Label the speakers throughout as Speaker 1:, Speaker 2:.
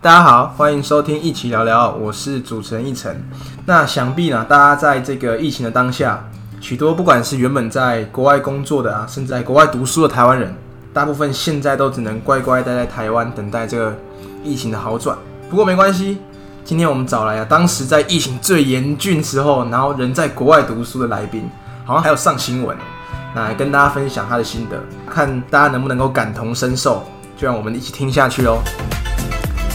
Speaker 1: 大家好，欢迎收听一起聊聊，我是主持人一晨。那想必呢，大家在这个疫情的当下，许多不管是原本在国外工作的啊，甚至在国外读书的台湾人，大部分现在都只能乖乖待在台湾，等待这个疫情的好转。不过没关系，今天我们找来啊，当时在疫情最严峻时候，然后人在国外读书的来宾，好像还有上新闻，那来跟大家分享他的心得，看大家能不能够感同身受。就让我们一起听下去哦喽。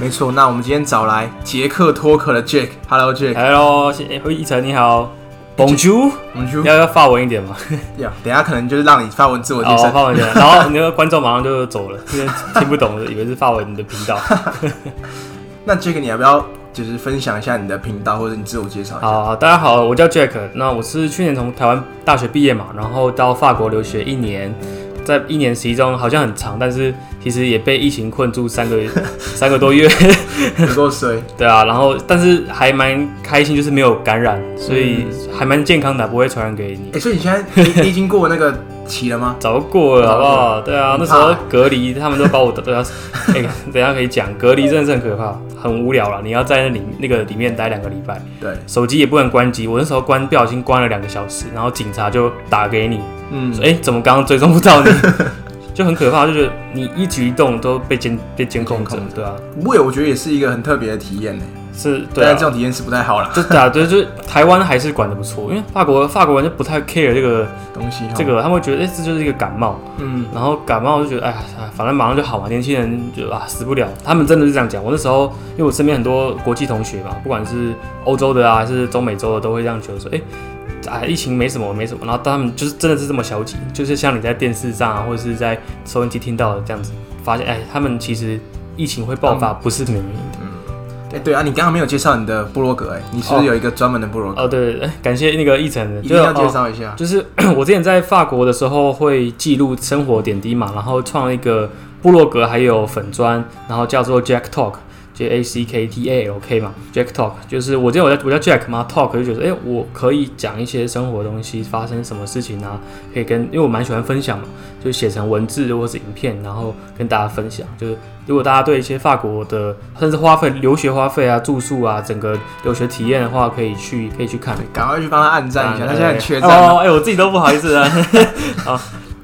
Speaker 1: 没错，那我们今天找来捷克脱壳的 Jack。Hello Jack，
Speaker 2: Hello，谢哎一晨你好，Bonjour，
Speaker 1: 我们就
Speaker 2: 要要发文一点嘛，
Speaker 1: 呀，等一下可能就是让你发文自我介
Speaker 2: 哦
Speaker 1: 绍。
Speaker 2: 发文一点，然后那个观众马上就走了，因为听不懂的，以为是发文的频道。
Speaker 1: 那 Jack，你要不要就是分享一下你的频道，或者你自我介 绍一下？
Speaker 2: 好，好大家好，我叫 Jack，那我是去年从台湾大学毕业嘛，然后到法国留学一年，在一年其中好像很长，但是其实也被疫情困住三个三个多月，
Speaker 1: 不够衰，
Speaker 2: 对啊，然后但是还蛮开心，就是没有感染，所以还蛮健康的，啊不会传染给你
Speaker 1: 哎、。所以你现 在你你已经过那个期了吗？
Speaker 2: 早就过了，好不好？对啊，那
Speaker 1: 很
Speaker 2: 时
Speaker 1: 怕
Speaker 2: 候隔离，他们都把我都要， 哎、等一下可以讲，隔离真的是很可怕，很无聊了。你要在那里那个里面待两个礼拜，
Speaker 1: 对，
Speaker 2: 手机也不能关机。我那时候关，不小心关了两个小时，然后警察就打给你，
Speaker 1: 嗯，
Speaker 2: 说哎、怎么刚刚追踪不到你？ 就很可怕，就觉得你一举一动都被监被监控着
Speaker 1: 监控，
Speaker 2: 对啊，
Speaker 1: 不过我觉得也是一个很特别的体验呢、
Speaker 2: 是，对
Speaker 1: 当
Speaker 2: 啊
Speaker 1: 然，这种体验是不太好啦，
Speaker 2: 就对啊，对，就是台湾还是管的不错，因为法国法国人就不太 care 这个
Speaker 1: 东西哈。
Speaker 2: 这，个，他们会觉得哎、这就是一个感冒。
Speaker 1: 嗯，
Speaker 2: 然后感冒就觉得，哎呀，反正马上就好嘛，年轻人就啊死不了。他们真的是这样讲。我那时候，因为我身边很多国际同学嘛，不管是欧洲的啊，还是中美洲的，都会这样觉得说，哎，啊疫情没什么，没什么。然后他们就是真的是这么消极，就是像你在电视上啊，或者是在收音机听到的这样子，发现哎，他们其实疫情会爆发不是没有原因的。
Speaker 1: 哎、对啊，你刚刚没有介绍你的部落格、哎，你是不是有一个专门的部落格？
Speaker 2: 哦，对，哎感谢那个一晨的，
Speaker 1: 一定要
Speaker 2: 就是
Speaker 1: 介
Speaker 2: 哦
Speaker 1: 绍一下。
Speaker 2: 就是 我之前在法国的时候会记录生活点滴嘛，然后创一个部落格，还有粉砖，然后叫做 Jack Talk。J A C K T A L K 嘛，Jack Talk 就是我之前我叫我叫 Jack 嘛，Talk 就觉得哎、诶我可以讲一些生活的东西，发生什么事情啊，可以跟，因为我蛮喜欢分享嘛，就写成文字或是影片，然后跟大家分享。就是如果大家对一些法国的，甚至花费留学花费啊、住宿啊、整个留学体验的话，可以去可以去看。
Speaker 1: 对，赶快去帮他按赞一下，他现在很缺赞、啊
Speaker 2: 哦，哎、我自己都不好意思啊。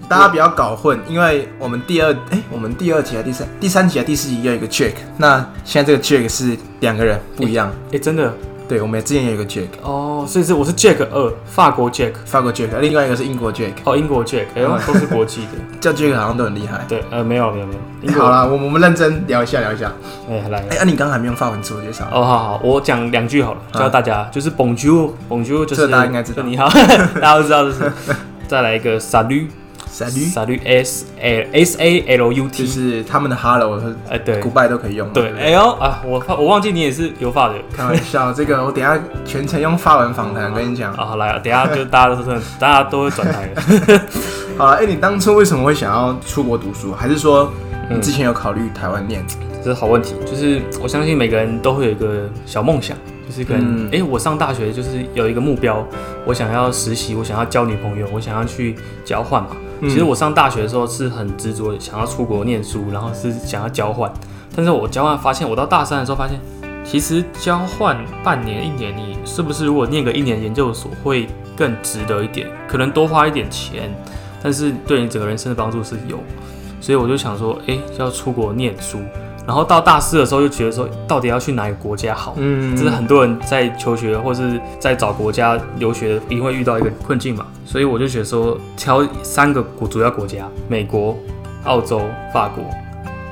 Speaker 1: 大家不要搞混，因为我们第二哎、我们第二集啊，第三第三集啊，第四集也有一个 Jack，那现在这个 Jack 是两个人不一样。
Speaker 2: 哎、真的
Speaker 1: 对，我们之前也有一个 Jack，
Speaker 2: 哦，所以是我是 Jack 二，法国 Jack，
Speaker 1: 法国 Jack，另外呃一个是英国 Jack，
Speaker 2: 哦，英国 Jack，哎、都是国际的。
Speaker 1: 叫 Jack 好像都很厉害。
Speaker 2: 对，呃，没有没有没有，英国
Speaker 1: 好，啦，我们我们认真聊一下聊一下。
Speaker 2: 哎、来
Speaker 1: 哎、啊，你刚刚还没用法文自我介绍，
Speaker 2: 哦，好好，我讲两句好了，教大家，就是 Bonjour，Bonjour 就
Speaker 1: 这
Speaker 2: 是
Speaker 1: 大家应该知道
Speaker 2: 就你好， 大家都知道这是。再来一个 Salut，Salut
Speaker 1: Salut，
Speaker 2: S L S A L U
Speaker 1: 就
Speaker 2: T，
Speaker 1: 是他们的 Hello 和
Speaker 2: 哎、对
Speaker 1: Goodbye 都可以用。
Speaker 2: 对，哎呦啊，我我忘记你也是有法的。
Speaker 1: 开玩笑，这个我 等一下全程用法文访谈，跟你讲。
Speaker 2: 啊，好来，等一下就大家都是 大家都会转台的。
Speaker 1: 好了，哎、你当初为什么会想要出国读书？还是说你之前有考虑台湾念？
Speaker 2: 这是好问题，就是我相信每个人都会有一个小梦想，就是可
Speaker 1: 嗯
Speaker 2: 能哎、诶我上大学就是有一个目标，我想要实习，我想要交女朋友，我想要去交换嘛。
Speaker 1: 嗯
Speaker 2: 其实我上大学的时候是很执着，想要出国念书，然后是想要交换。但是我交换发现，我到大三的时候发现，其实交换半年、一年，你是不是如果念个一年研究所会更值得一点？可能多花一点钱，但是对你整个人生的帮助是有。所以我就想说，哎、要出国念书。然后到大四的时候就觉得说，到底要去哪个国家好？
Speaker 1: 嗯
Speaker 2: 这是很多人在求学或是在找国家留学一定会遇到一个困境嘛，所以我就觉得说挑三个国主要国家：美国、澳洲、法国。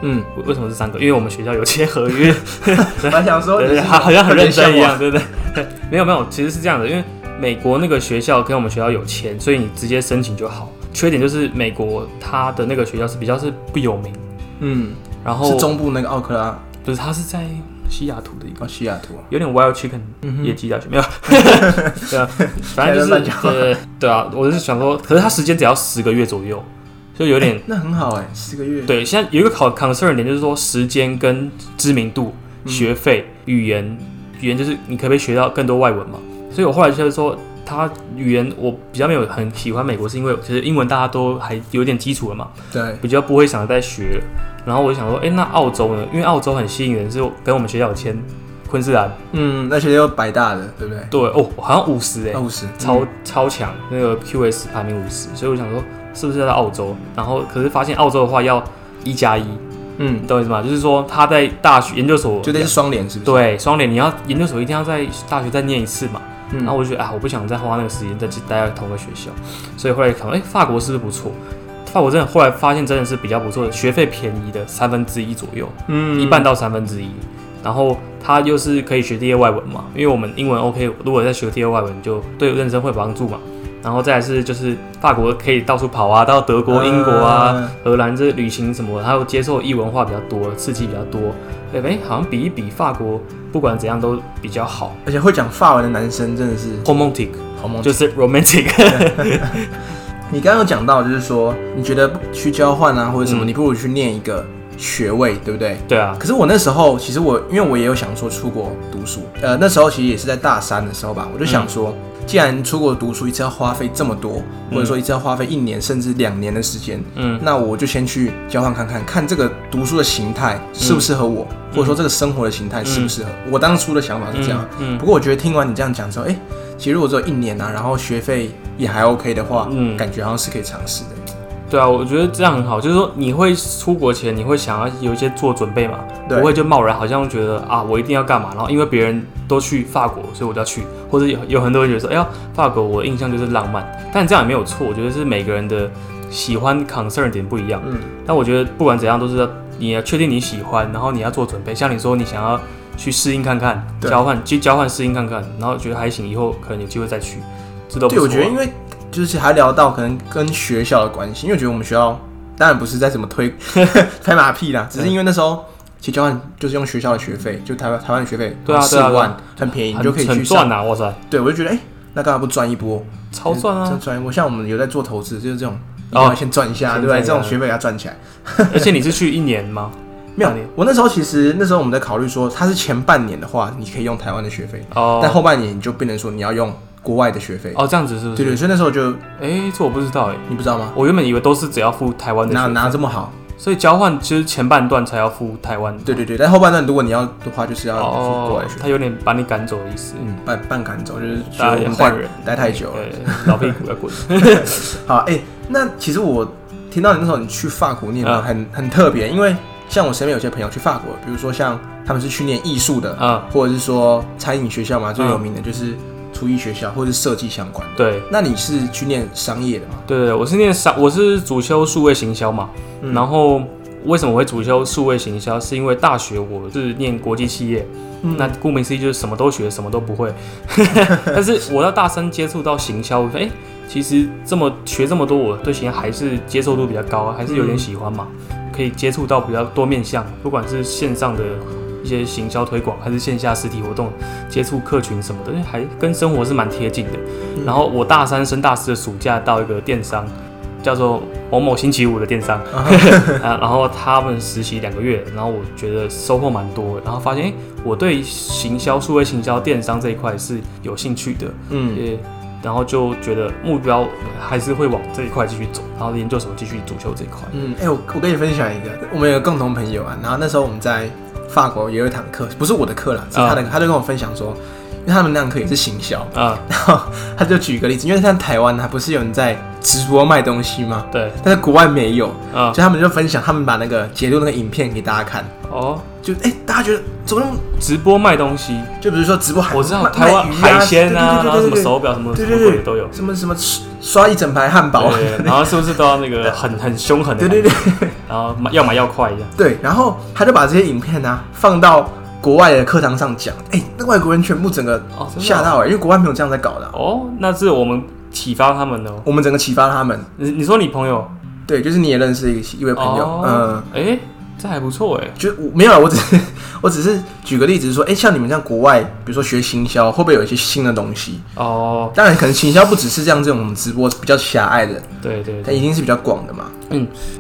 Speaker 1: 嗯，
Speaker 2: 为为什么是三个？因为我们学校有签合约，
Speaker 1: 我还想 说
Speaker 2: 对
Speaker 1: 哦你
Speaker 2: 对，
Speaker 1: 是
Speaker 2: 好好像很认
Speaker 1: 有
Speaker 2: 真
Speaker 1: 点
Speaker 2: 一
Speaker 1: 像
Speaker 2: 样，对不对？ 没有没有，其实是这样的，因为美国那个学校跟我们学校有签，所以你直接申请就好。缺点就是美国它的那个学校是比较是不有名，
Speaker 1: 我。嗯，
Speaker 2: 然后
Speaker 1: 是中部那个奥克拉
Speaker 2: 不是它是在西雅图的一个。
Speaker 1: 哦，西雅图。
Speaker 2: 有点 wild chicken
Speaker 1: 嗯
Speaker 2: 野鸡大学、 没有，对啊，反正就是
Speaker 1: 乱讲
Speaker 2: 对对啊，我是想说，可是它时间只要十个月左右，就有点、
Speaker 1: 那很好哎、四个月。
Speaker 2: 对。现在有一个考 concern 点就是说时间跟知名度、
Speaker 1: 嗯
Speaker 2: 学费、语言，语言就是你可不可以学到更多外文嘛？所以我后来就是说，他语言我比较没有很喜欢美国，是因为其实英文大家都还有点基础了嘛，
Speaker 1: 对
Speaker 2: 比较不会想着再学了。然后我就想说，诶，那澳洲呢？因为澳洲很吸引人，是跟我们学校有签昆士兰，
Speaker 1: 嗯，而且又百大的，对不对？
Speaker 2: 对哦，好像五十哎
Speaker 1: 二，五十，嗯
Speaker 2: 超、超强，那个 QS 排名五十，所以我想说是不是要在澳洲？然后可是发现澳洲的话要一加一，
Speaker 1: 嗯，
Speaker 2: 你懂我意思吗？就是说他在大学研究所
Speaker 1: 嗯就得是双联，是不是？
Speaker 2: 对双联，你要研究所一定要在大学再念一次嘛。
Speaker 1: 嗯，
Speaker 2: 然后我就觉得啊，我不想再花那个时间再去待在同一个学校，所以后来想，哎、法国是不是不错？法国真的后来发现真的是比较不错的，学费便宜的三分之一左右，
Speaker 1: 嗯
Speaker 2: 一半到三分之一。然后它又是可以学第二外文嘛，因为我们英文 OK，如果再学第二外文就对认真会有帮助嘛。然后再来是就是法国可以到处跑啊，到德
Speaker 1: 嗯
Speaker 2: 国、英国啊、，荷兰这旅行什么，还有接受异文化比较多，刺激比较多。对，哎，好像比一比法国，不管怎样都比较好。
Speaker 1: 而且会讲法文的男生真的是
Speaker 2: Romantic
Speaker 1: 好猛。
Speaker 2: 就是 romantic，
Speaker 1: 你刚刚有讲到，就是说你觉得去交换啊或者什么，
Speaker 2: 嗯
Speaker 1: 你不如去念一个学位，对不对？
Speaker 2: 对啊，
Speaker 1: 可是我那时候，其实我因为我也有想说出国读书，呃，那时候其实也是在大三的时候吧，我就想说，既然出国读书一次要花费这么多，或者说一次要花费一年甚至两年的时间，
Speaker 2: 嗯
Speaker 1: 那我就先去交换看看，看这个读书的形态适不适合我，或者说这个生活的形态适不适合、我。当初的想法是这样，
Speaker 2: 嗯
Speaker 1: 不过我觉得听完你这样讲之后，哎、其实如果只有一年啊，然后学费也还 OK 的话，
Speaker 2: 嗯
Speaker 1: 感觉好像是可以尝试的。
Speaker 2: 对啊，我觉得这样很好，就是说你会出国前你会想要有一些做准备嘛，
Speaker 1: 对
Speaker 2: 不会就贸然好像觉得啊我一定要干嘛，然后因为别人都去法国，所以我就要去，或者有有很多人觉得说，哎呀法国我印象就是浪漫，但这样也没有错，我觉得是每个人的喜欢 concern 点不一样，
Speaker 1: 嗯，
Speaker 2: 但我觉得不管怎样都是要你要确定你喜欢，然后你要做准备，像你说你想要去适应看看，
Speaker 1: 对
Speaker 2: 交换去交换适应看看，然后觉得还行，以后可能有机会再去，这都不
Speaker 1: 对，
Speaker 2: 错啊、
Speaker 1: 我觉得因为就是还聊到可能跟学校的关系，因为我觉得我们学校当然不是在怎么 推 拍马屁啦，只是因为那时候其实交换就是用学校的学费，就台湾台湾的学费，
Speaker 2: 对啊
Speaker 1: 四
Speaker 2: 对啊
Speaker 1: 五
Speaker 2: 对
Speaker 1: 万、
Speaker 2: 啊
Speaker 1: 很便宜，你
Speaker 2: 很
Speaker 1: 就可以
Speaker 2: 很
Speaker 1: 去
Speaker 2: 赚
Speaker 1: 上。
Speaker 2: 啊，哇塞，
Speaker 1: 对，我就觉得哎、那干嘛不赚一波？
Speaker 2: 超赚啊！
Speaker 1: 真赚一波。像我们有在做投资，就是这种，
Speaker 2: 哦
Speaker 1: 要先赚一下，
Speaker 2: 先
Speaker 1: 对不对？
Speaker 2: 赚一
Speaker 1: 这
Speaker 2: 下
Speaker 1: 种学费给它赚起来。
Speaker 2: 而且你是去一年 吗？
Speaker 1: 没有
Speaker 2: 半年，
Speaker 1: 我那时候其实那时候我们在考虑说，它是前半年的话，你可以用台湾的学费，但
Speaker 2: 哦
Speaker 1: 后半年你就变成说你要用国外的学费。
Speaker 2: 哦，这样子是不是？
Speaker 1: 对对，所以那时候就
Speaker 2: 哎，这我不知道哎，
Speaker 1: 你不知道吗？
Speaker 2: 我原本以为都是只要付台湾的
Speaker 1: 哪
Speaker 2: 学费，
Speaker 1: 哪这么好？
Speaker 2: 所以交换其实前半段才要付台湾。
Speaker 1: 对对对，但后半段如果你要的话，就是要付过
Speaker 2: 哦
Speaker 1: 来学，，
Speaker 2: 他有点把你赶走的意思，
Speaker 1: 嗯，半半赶走，就是觉
Speaker 2: 大
Speaker 1: 得
Speaker 2: 家
Speaker 1: 我
Speaker 2: 要
Speaker 1: 们
Speaker 2: 换人，
Speaker 1: 待待太久了。
Speaker 2: 对，老屁股要滚。
Speaker 1: 好，哎、那其实我听到你那时候你去法国念的
Speaker 2: 嗯
Speaker 1: 很、很特别，因为像我身边有些朋友去法国，比如说像他们是去念艺术的，
Speaker 2: 嗯，
Speaker 1: 或者是说餐饮学校嘛，最有名的就是厨艺学校或者是设计相关。
Speaker 2: 对
Speaker 1: 那你是去念商业的吗？
Speaker 2: 对对，我是念商，我是主修数位行销嘛，
Speaker 1: 嗯
Speaker 2: 然后。为什么我会主修数位行销？是因为大学我是念国际企业，
Speaker 1: 嗯
Speaker 2: 那顾名思义就是什么都学，什么都不会。 但是我到大三接触到行销，我发现哎、其实这么学这么多，我对行销还是接受度比较高啊，还是有点喜欢嘛，可以接触到比较多面向，不管是线上的一些行销推广，还是线下实体活动，接触客群什么的，哎还跟生活是蛮贴近的。然后我大三升大四的暑假到一个电商，叫做某某星期五的电商， 啊，然后他们实习两个月，然后我觉得收获蛮多的，然后发现哎诶我对行销、数位行销、电商这一块是有兴趣的，
Speaker 1: 嗯，
Speaker 2: 也然后就觉得目标还是会往这一块继续走，然后研究所继续主修这一块。
Speaker 1: 嗯，哎、我我跟你分享一个，我们有个共同朋友啊，然后那时候我们在法国也有一堂课，不是我的课
Speaker 2: 啊
Speaker 1: 啦，是他的课，他就跟我分享说，因为他们那堂课也是行销，
Speaker 2: 啊、
Speaker 1: 然后他就举个例子，因为像台湾还不是有人在直播卖东西吗？
Speaker 2: 对，
Speaker 1: 但是国外没有，
Speaker 2: 啊、
Speaker 1: 所以他们就分享，他们把那个截录那个影片给大家看，
Speaker 2: 哦，
Speaker 1: 就哎、大家觉得怎么那么？
Speaker 2: 直播卖东西，
Speaker 1: 就比如说直播海，
Speaker 2: 我知道
Speaker 1: 卖
Speaker 2: 台湾
Speaker 1: 卖鱼
Speaker 2: 海鲜啊，
Speaker 1: 对
Speaker 2: 然
Speaker 1: 对
Speaker 2: 后什
Speaker 1: 对
Speaker 2: 么
Speaker 1: 对对
Speaker 2: 手表什么什
Speaker 1: 对
Speaker 2: 么
Speaker 1: 对
Speaker 2: 鬼
Speaker 1: 对
Speaker 2: 都有
Speaker 1: 对，，什么什么吃刷一整排汉堡，啊
Speaker 2: 对，然后是不是都要那个很很凶狠的？
Speaker 1: 哦 对对对
Speaker 2: 然后买要买要快一样。
Speaker 1: 对，然后他就把这些影片啊放到国外的课堂上讲，哎、那外国人全部整个
Speaker 2: 哦，真的
Speaker 1: 吓
Speaker 2: 哦
Speaker 1: 到哎、因为国外没有这样在搞的啊、
Speaker 2: 哦，那是我们启发他们的、哦。
Speaker 1: 我们整个启发了他们。
Speaker 2: 你你说你朋友，
Speaker 1: 对，就是你也认识一个一位朋友，嗯、
Speaker 2: 哦，哎、这还不错哎。
Speaker 1: 就我没有啊，我只是 我只是举个例子说，哎、像你们这样国外，比如说学行销，会不会有一些新的东西？
Speaker 2: 哦，
Speaker 1: 当然，可能行销不只是这样这种直播比较狭隘的，
Speaker 2: 对对
Speaker 1: 它
Speaker 2: 对，
Speaker 1: 一定是比较广的嘛。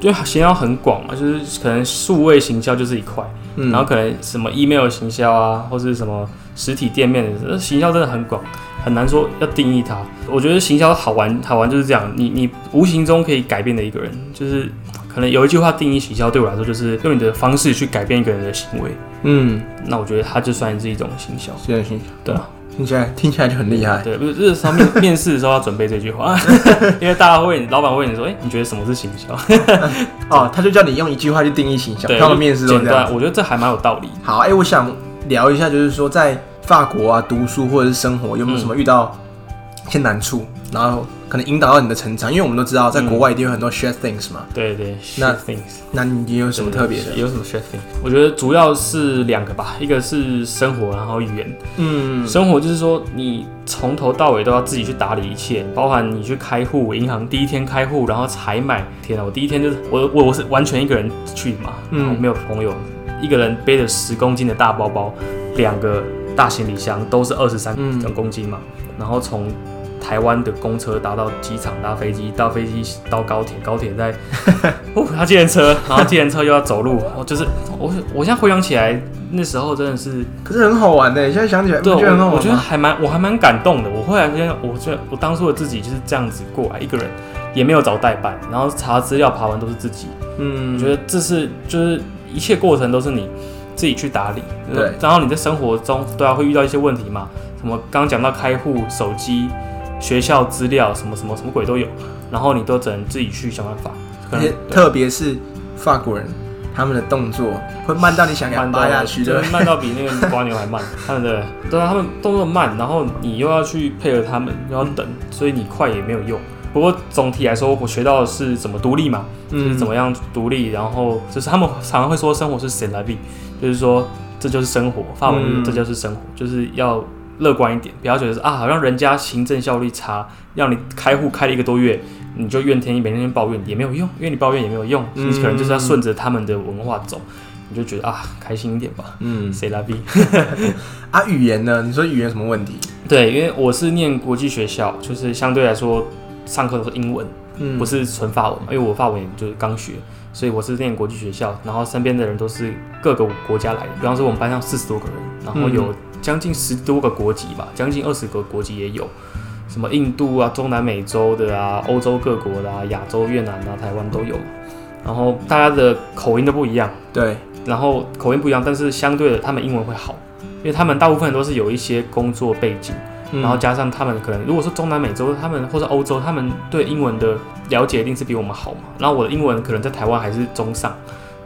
Speaker 2: 就行销很广嘛，就是可能数位行销就是一块，
Speaker 1: 嗯，
Speaker 2: 然后可能什么 email 行销啊，或是什么实体店面的，呃行销真的很广，很难说要定义它。我觉得行销好玩，好玩就是这样，你你无形中可以改变的一个人，就是可能有一句话定义行销，对我来说就是用你的方式去改变一个人的行为，
Speaker 1: 嗯，
Speaker 2: 那我觉得它就算是一种行销。
Speaker 1: 现在行
Speaker 2: 对啊，
Speaker 1: 听起来听起来就很厉害。
Speaker 2: 对，不是，这时候面面试的时候要准备这句话， 因为大家会问你，老板会问你说，哎、你觉得什么是行销？
Speaker 1: 哦，他就叫你用一句话去定义形象，
Speaker 2: 对，
Speaker 1: 他们面试都
Speaker 2: 简
Speaker 1: 这样。
Speaker 2: 单，我觉得这还蛮有道理的。
Speaker 1: 好，哎、我想聊一下，就是说在法国啊读书或者是生活，有
Speaker 2: 嗯
Speaker 1: 没有什么遇到一些难处，然后可能引导到你的成长？因为我们都知道，在
Speaker 2: 嗯
Speaker 1: 国外一定有很多 share things 嘛，
Speaker 2: 对对，
Speaker 1: 那
Speaker 2: shit things
Speaker 1: 那你有什么特别的？
Speaker 2: 有什么 shit thing？我觉得主要是两个吧，一个是生活，然后语言。
Speaker 1: 嗯
Speaker 2: 生活就是说，你从头到尾都要自己去打理一切，包含你去开户，银行第一天开户，然后采买。天啊，我第一天就是我我我是完全一个人去嘛，
Speaker 1: 嗯
Speaker 2: 嗯，没有朋友，一个人背着十公斤的大包包，两个大行李箱都是二十三
Speaker 1: 嗯
Speaker 2: 公斤嘛，然后从。台湾的公车搭到机场，搭飞机，搭飞机到高铁，高铁再 哦，搭计程车，然后计程车又要走路，哦，就是我我现在回想起来，那时候真的是
Speaker 1: 可是很好玩的，现在想起来，
Speaker 2: 对，
Speaker 1: 不觉得很好
Speaker 2: 我我
Speaker 1: 玩啊
Speaker 2: 觉得
Speaker 1: 吗？
Speaker 2: 还蛮，我还蛮感动的。我后来觉得，我觉得我当初的自己就是这样子过来，一个人也没有找代办，然后查资料爬完都是自己。我
Speaker 1: 嗯，
Speaker 2: 觉得这是就是一切过程都是你自己去打理。
Speaker 1: 对
Speaker 2: 然后你在生活中对啊会遇到一些问题嘛，什么刚讲到开户、手机、学校资料，什么什么什么鬼都有，然后你都只能自己去想办法。可
Speaker 1: 而
Speaker 2: 能
Speaker 1: 且特别是法国人，他们的动作会慢到你想给他
Speaker 2: 慢到
Speaker 1: 扒下去，对不
Speaker 2: 对
Speaker 1: 对，
Speaker 2: 慢到比那个瓜牛 还慢，他们的对啊，他们动作慢，然后你又要去配合他们，又要等，所以你快也没有用。不过总体来说，我学到的是怎么独立嘛，就是
Speaker 1: 嗯
Speaker 2: 怎么样独立，然后就是他们常常会说生活是 c'est la vie，就是说这就是生活，法文就是
Speaker 1: 嗯
Speaker 2: 这就是生活，就是要乐观一点，不要觉得是啊，好像人家行政效率差，让你开户开了一个多月，你就怨天每天抱怨也没有用，因为你抱怨也没有用，
Speaker 1: 嗯
Speaker 2: 你可能就是要顺着他们的文化走，你就觉得啊，开心一点吧。
Speaker 1: 嗯
Speaker 2: 谁拉逼？
Speaker 1: 啊，语言呢？你说语言有什么问题？
Speaker 2: 对，因为我是念国际学校，就是相对来说上课都是英文，
Speaker 1: 嗯
Speaker 2: 不是纯法文嘛，因为我法文就是刚学，所以我是念国际学校，然后身边的人都是各个国家来的，比方说我们班上四十多个人，然后有将近十多个国籍吧，将近二十个国籍也有，什么印度啊、中南美洲的啊、欧洲各国的啊、亚洲、越南啊、台湾都有，然后大家的口音都不一样，
Speaker 1: 对，
Speaker 2: 然后口音不一样，但是相对的他们英文会好，因为他们大部分都是有一些工作背景。
Speaker 1: 嗯
Speaker 2: 然后加上他们可能，如果是中南美洲，他们或者欧洲，他们对英文的了解一定是比我们好嘛。然后我的英文可能在台湾还是中上，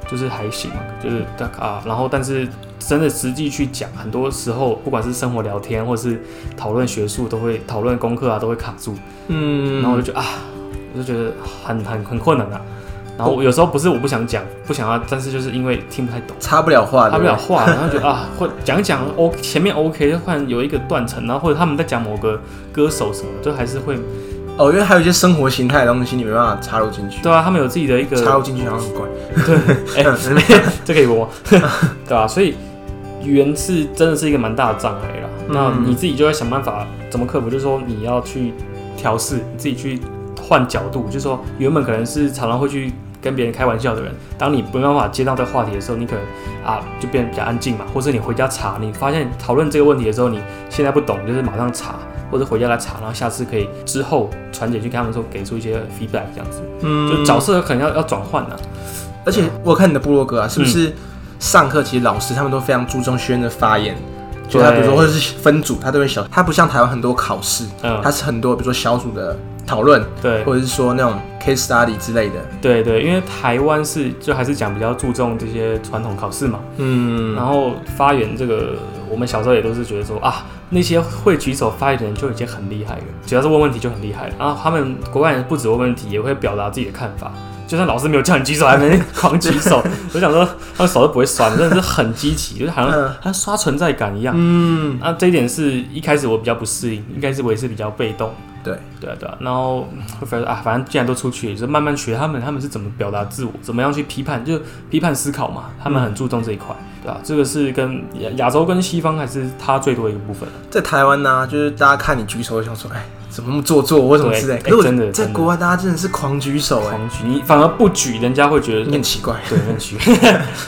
Speaker 2: 就是还行嘛，就是大啊。然后但是真的实际去讲，很多时候不管是生活聊天，或是讨论学术，都会讨论功课啊，都会卡住。
Speaker 1: 嗯，
Speaker 2: 然后我就觉得啊，我就觉得很很很困难啊。然后我有时候不是我不想讲，不想要，但是就是因为听不太懂。
Speaker 1: 插不了话，
Speaker 2: 他不
Speaker 1: 对
Speaker 2: 了
Speaker 1: 不对
Speaker 2: 话，然后觉得啊，或讲一讲 O 前面 OK，突然有一个断层，然后或者他们在讲某个歌手什么，就还是会
Speaker 1: 哦，因为还有一些生活形态的东西你没办法插入进去，
Speaker 2: 对啊，他们有自己的一
Speaker 1: 插
Speaker 2: 个
Speaker 1: 入进去好像很怪。
Speaker 2: 哎，这可以播吗， 对吧、所以语言是真的是一个蛮大的障碍啦。那
Speaker 1: 嗯
Speaker 2: 你自己就要想办法怎么克服，就是说你要去调试，你自己去换角度，就是说原本可能是常常会去。跟别人开玩笑的人，当你没办法接到这个话题的时候，你可能啊就变得比较安静嘛，或者你回家查，你发现讨论这个问题的时候，你现在不懂，就是马上查，或者回家来查，然后下次可以之后传简讯给他们说，给出一些 feedback 这样子，
Speaker 1: 嗯
Speaker 2: 就角色可能要要转换啊。
Speaker 1: 而且我看你的部落格啊，是不
Speaker 2: 嗯
Speaker 1: 是上课其实老师他们都非常注重学员的发言？就他比如说
Speaker 2: 对
Speaker 1: 或者是分组，他都会小，他不像台湾很多考试，
Speaker 2: 嗯，
Speaker 1: 他是很多比如说小组的讨论，
Speaker 2: 对
Speaker 1: 或者是说那种 case study 之类的。
Speaker 2: 对对，因为台湾是就还是讲比较注重这些传统考试嘛，
Speaker 1: 嗯，
Speaker 2: 然后发言这个，我们小时候也都是觉得说啊，那些会举手发言的人就已经很厉害了，只要是问问题就很厉害了。然后他们国外人不止问问题，也会表达自己的看法。 就算老师没有叫你举手，还没狂举手，我想说他们手都不会酸，真的是很积极，就是好像
Speaker 1: 嗯
Speaker 2: 好像刷存在感一样。
Speaker 1: 嗯，
Speaker 2: 那、这一点是一开始我比较不适应，应该是我也是比较被动，
Speaker 1: 对
Speaker 2: 对啊对啊，然后嗯会发现啊，反正既然都出去，就慢慢学他们，他们是怎么表达自我，怎么样去批判，就批判思考嘛，他们很注重这一块，对啊，这个是跟亚亚洲跟西方还是差最多的一个部分。
Speaker 1: 在台湾呢、就是大家看你举手，想说，哎，怎么那么做作，为什么
Speaker 2: 对
Speaker 1: 之类。
Speaker 2: 哎
Speaker 1: 可是我
Speaker 2: 真的
Speaker 1: 在
Speaker 2: 真的
Speaker 1: 国外，大家真的是狂举手，哎，
Speaker 2: 狂举，你反而不举，人家会觉得
Speaker 1: 你很奇怪，
Speaker 2: 对，很举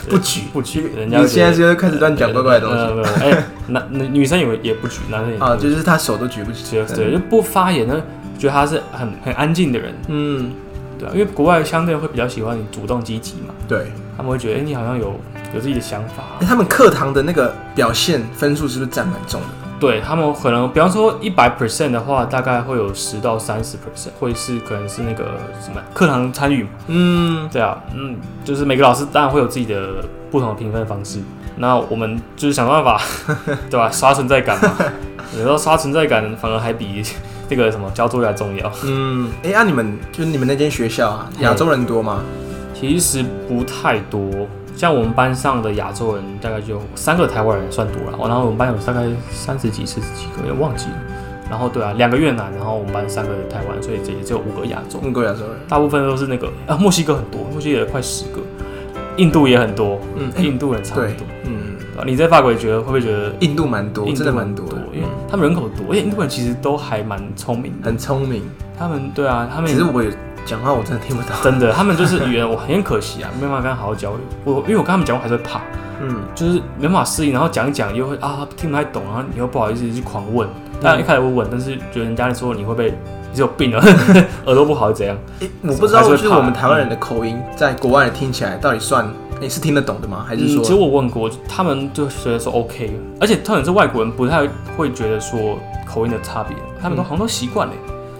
Speaker 1: 不举。
Speaker 2: 不举，人家
Speaker 1: 你
Speaker 2: 会
Speaker 1: 现
Speaker 2: 觉
Speaker 1: 在
Speaker 2: 得
Speaker 1: 就是开始乱讲怪怪的东
Speaker 2: 没有
Speaker 1: 西
Speaker 2: 没有，没有哎，男女女生也也不举，男生也
Speaker 1: 啊，
Speaker 2: 不举，
Speaker 1: 就是他手都举不起
Speaker 2: 对。对，就不发言呢，觉得他是很很安静的人，
Speaker 1: 嗯，
Speaker 2: 对啊，因为国外相对会比较喜欢你主动积极嘛，
Speaker 1: 对。
Speaker 2: 他们会觉得哎、你好像有有自己的想法啊、
Speaker 1: 哎他们课堂的那个表现分数是不是占蛮重的？
Speaker 2: 对他们可能，比方说一百 percent 的话，大概会有十到三十 percent，会是可能是那个什么课堂参与嘛，
Speaker 1: 嗯，
Speaker 2: 对啊，嗯，就是每个老师当然会有自己的不同的评分方式，那我们就是想办法， 对吧、刷存在感嘛，有时候刷存在感反而还比这个什么交作业还重要。
Speaker 1: 嗯，哎、那、你们就是你们那间学校啊，亚洲人多吗？
Speaker 2: 其实不太多，像我们班上的亚洲人大概就三个台湾人算多了，然后我们班有大概三十几、四十几个，有点忘记了。然后对啊，两个越南，然后我们班三个台湾，所以这也只有五个亚洲。
Speaker 1: 中国亚洲人，
Speaker 2: 大部分都是那个啊，墨西哥很多，墨西哥也快十个，印度也很多，
Speaker 1: 嗯，哎
Speaker 2: 印度人差不多。
Speaker 1: 对，嗯，
Speaker 2: 对啊你在法国也觉得会不会觉得
Speaker 1: 印度蛮多，
Speaker 2: 印度
Speaker 1: 真的蛮
Speaker 2: 很
Speaker 1: 多的，
Speaker 2: 因为他们人口多，而且印度人其实都还蛮聪明的。
Speaker 1: 很聪明。
Speaker 2: 他们对啊，他们
Speaker 1: 只是我也讲话我真的听不到。
Speaker 2: 真的，他们就是语言，我很可惜啊，没办法跟他好好交流。我因为我跟他们讲话还是会怕，
Speaker 1: 嗯，
Speaker 2: 就是没办法适应，然后讲一讲又会啊听不太懂，然后你又不好意思去狂问。
Speaker 1: 嗯
Speaker 2: 当然一开始会问，但是觉得人家说你会不会 你是有病啊，耳朵不好还是怎样？
Speaker 1: 哎、我不知道，
Speaker 2: 还是会
Speaker 1: 就是
Speaker 2: 怕
Speaker 1: 我们台湾人的口音在国外听起来到底算你、是听得懂的吗？还是
Speaker 2: 嗯
Speaker 1: 说
Speaker 2: 其实我问过，就他们就觉得说 OK，而且特别是外国人不太会觉得说口音的差别，他们都好像都习惯了。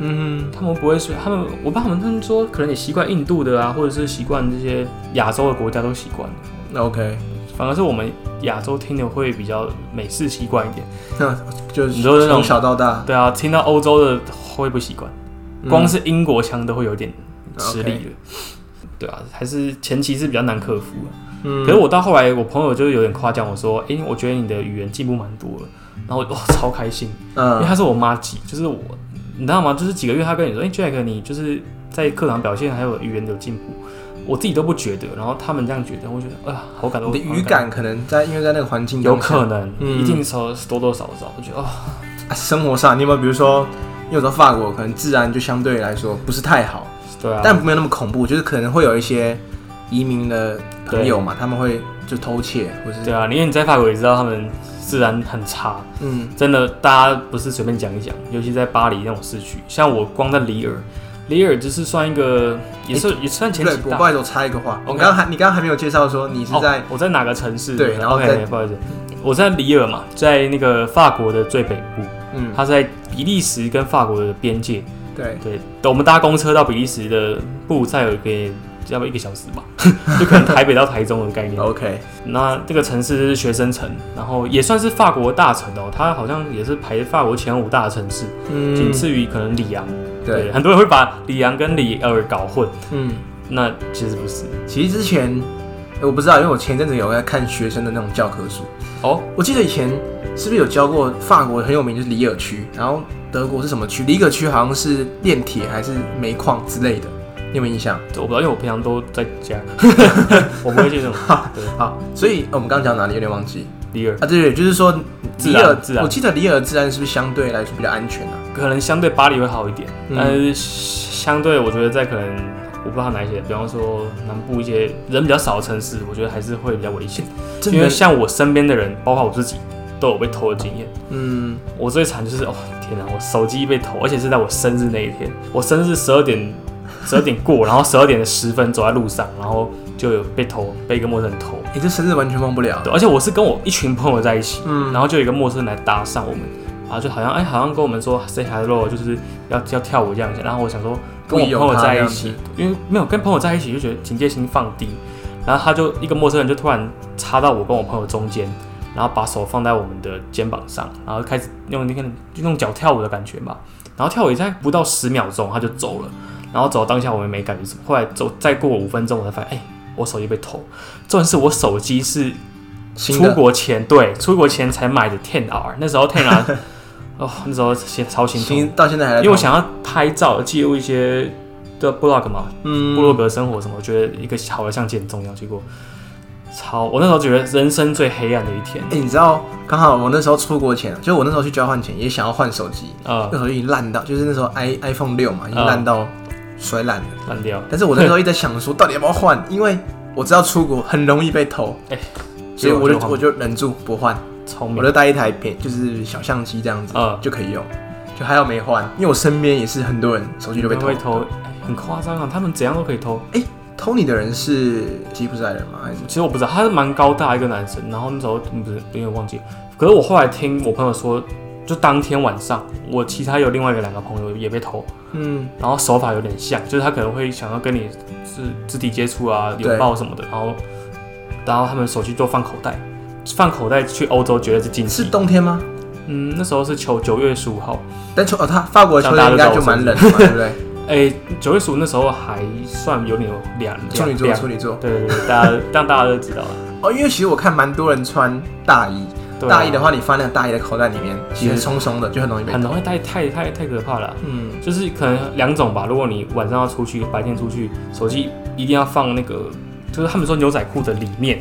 Speaker 1: 嗯
Speaker 2: 他们不会说，他们我爸他们他们说，可能也习惯印度的啊，或者是习惯这些亚洲的国家都习惯了，
Speaker 1: ，OK，
Speaker 2: 反而是我们亚洲听的会比较美式习惯一点。
Speaker 1: 那就
Speaker 2: 你说
Speaker 1: 是
Speaker 2: 那种
Speaker 1: 从小到大，
Speaker 2: 对啊，听到欧洲的会不习惯，
Speaker 1: 嗯
Speaker 2: 光是英国腔都会有点吃力了。对啊，还是前期是比较难克服啊、
Speaker 1: 嗯，
Speaker 2: 可是我到后来，我朋友就有点夸奖我说：“诶，我觉得你的语言进步蛮多了。”然后我就哇、超开心，因为
Speaker 1: 嗯
Speaker 2: 他是我妈级，就是我，你知道吗？就是几个月他跟你说，哎、j a c k 你就是在课堂表现还有语言有进步，我自己都不觉得，然后他们这样觉得，我觉得，哎、呀，好感动。
Speaker 1: 你的
Speaker 2: 好
Speaker 1: 语感可能在因为在那个环境
Speaker 2: 有
Speaker 1: 当下
Speaker 2: 可能，
Speaker 1: 嗯
Speaker 2: 一定少多多少少，我觉得哦，
Speaker 1: 啊生活上，你有没有比如说，因为我到法国可能治安就相对来说不是太好，
Speaker 2: 对啊，
Speaker 1: 但没有那么恐怖，就是可能会有一些移民的朋友嘛，他们会就偷窃或是
Speaker 2: 对啊，因为你在法国也知道他们治安很差，
Speaker 1: 嗯
Speaker 2: 真的，大家不是随便讲一讲，尤其在巴黎那种市区，像我光在里尔，里尔就是算一个，也是、也算前
Speaker 1: 对，
Speaker 2: 几
Speaker 1: 我
Speaker 2: 大
Speaker 1: 不。好意思，我插一个话，
Speaker 2: OK
Speaker 1: 我刚刚还你刚刚还没有介绍说你是在、
Speaker 2: 哦、我在哪个城市？
Speaker 1: 对然后
Speaker 2: OK，
Speaker 1: 在
Speaker 2: 不好意思，我在里尔嘛，在那个法国的最北部，
Speaker 1: 嗯
Speaker 2: 它在比利时跟法国的边界。
Speaker 1: 对
Speaker 2: 对，我们搭公车到比利时的布鲁塞尔给。要不一个小时 吧，就可能台北到台中的概念。
Speaker 1: OK
Speaker 2: 那这个城市是学生城，然后也算是法国大城哦，它好像也是排法国前五大的城市，
Speaker 1: 嗯
Speaker 2: 仅次于可能里昂。
Speaker 1: 对
Speaker 2: 很多人会把里昂跟里尔搞混，
Speaker 1: 嗯，
Speaker 2: 那其实不是
Speaker 1: 其实之前诶我不知道，因为我前一阵子有在看学生的那种教科书，
Speaker 2: 哦。
Speaker 1: 我记得以前是不是有教过法国很有名就是里尔区，然后德国是什么区？里尔区好像是炼铁还是煤矿之类的，你有没有印象？
Speaker 2: 我不知道，因为我平常都在 家，我不会去那种
Speaker 1: 好，所以呃我们刚刚讲哪里有点忘记
Speaker 2: 里尔，
Speaker 1: 啊？对对，对就是说
Speaker 2: 嗯自
Speaker 1: 里
Speaker 2: 然
Speaker 1: 尔
Speaker 2: 自，然
Speaker 1: 我记得里尔治安是不是相对来说比较安全啊？
Speaker 2: 可能相对巴黎会好一点，
Speaker 1: 嗯
Speaker 2: 但是相对我觉得在可能我不知道哪一些，比方说南部一些人比较少的城市，我觉得还是会比较危险，
Speaker 1: 真
Speaker 2: 因为
Speaker 1: 的，
Speaker 2: 像我身边的人，包括我自己，都有被偷的经验。
Speaker 1: 嗯，
Speaker 2: 我最惨就是哦天哪，我手机被偷，而且是在我生日那一天，我生日十二点十二点过，然后十二点的十分走在路上，然后就有被偷，被一个陌生人偷。
Speaker 1: 你、这生日完全忘不了。
Speaker 2: 对，而且我是跟我一群朋友在一起，
Speaker 1: 嗯
Speaker 2: 然后就有一个陌生人来搭讪我们，然后就好像哎、好像跟我们说 say hello，就是要要跳舞这样子。然后我想说跟我
Speaker 1: 故意有
Speaker 2: 朋友
Speaker 1: 他
Speaker 2: 在
Speaker 1: 这
Speaker 2: 一
Speaker 1: 样
Speaker 2: 起
Speaker 1: 子，
Speaker 2: 因为没有跟朋友在一起就觉得警戒心放低，然后他就一个陌生人就突然插到我跟我朋友中间。然后把手放在我们的肩膀上，然后开始用那个用脚跳舞的感觉吧。然后跳舞也在不到十秒钟，他就走了。然后走到当下我们没感觉什么，后来走再过五分钟，我才发现，哎、我手机被偷。重点是我手机是
Speaker 1: 新
Speaker 2: 出
Speaker 1: 的
Speaker 2: 国前，对，出国前才买的 Ten R，那时候 Ten R 哦，那时候心超心痛，
Speaker 1: 心到现在还在
Speaker 2: 因
Speaker 1: 痛。
Speaker 2: 为我想要拍照记录一些的 blog 嘛，
Speaker 1: 嗯，
Speaker 2: 部落格生活什么，我觉得一个好的相机很重要。结果超，我那时候觉得人生最黑暗的一天。
Speaker 1: 哎、你知道，刚好我那时候出国前，就我那时候去交换前，也想要换手机，
Speaker 2: 啊
Speaker 1: 那，时候已经烂到，就是那时候 i iPhone 六嘛，已经
Speaker 2: 嗯
Speaker 1: 烂到摔烂了。
Speaker 2: 烂掉。
Speaker 1: 但是我那时候一直在想说，到底要不要换？因为我知道出国很容易被偷，
Speaker 2: 哎
Speaker 1: 所以我
Speaker 2: 所以我就
Speaker 1: 就
Speaker 2: 换
Speaker 1: 我就忍住不换，
Speaker 2: 聪
Speaker 1: 我
Speaker 2: 明
Speaker 1: 就带一台便就是小相机这样子、
Speaker 2: 嗯
Speaker 1: 就可以用，就还好没换。因为我身边也是很多人手机就被偷
Speaker 2: 会。偷，哎很夸张啊！他们怎样都可以偷。
Speaker 1: 偷你的人是吉普赛人吗？还是
Speaker 2: 其实我不知道，他是蛮高大一个男生，然后那时候嗯不是有点忘记。可是我后来听我朋友说，就当天晚上，我其他有另外一个两个朋友也被偷，
Speaker 1: 嗯，
Speaker 2: 然后手法有点像，就是他可能会想要跟你肢肢体接触啊、
Speaker 1: 对
Speaker 2: 拥抱什么的，然后然后他们手机都放口袋，放口袋去欧洲绝对是禁
Speaker 1: 是
Speaker 2: 忌。
Speaker 1: 冬天吗？
Speaker 2: 嗯，那时候是九九月十五号，
Speaker 1: 但秋哦，他法国的秋
Speaker 2: 像大
Speaker 1: 天
Speaker 2: 家
Speaker 1: 应该就
Speaker 2: 都知道
Speaker 1: 蛮
Speaker 2: 我
Speaker 1: 冷的嘛，对 不对？
Speaker 2: 哎、九月十五那时候还算有点凉，
Speaker 1: 处女
Speaker 2: 凉
Speaker 1: 座，
Speaker 2: 凉
Speaker 1: 处女座。
Speaker 2: 啊对对对，大家让大家都知道了。
Speaker 1: 哦，因为其实我看蛮多人穿大衣，
Speaker 2: 对啊
Speaker 1: 大衣的话，你放在那个大衣的口袋里面，其实
Speaker 2: 是
Speaker 1: 松松的，就很容易被
Speaker 2: 很
Speaker 1: 偷。
Speaker 2: 容易太太太太可怕了啊、
Speaker 1: 嗯，
Speaker 2: 就是可能两种吧。如果你晚上要出去，白天出去，手机一定要放那个，就是他们说牛仔裤的里面，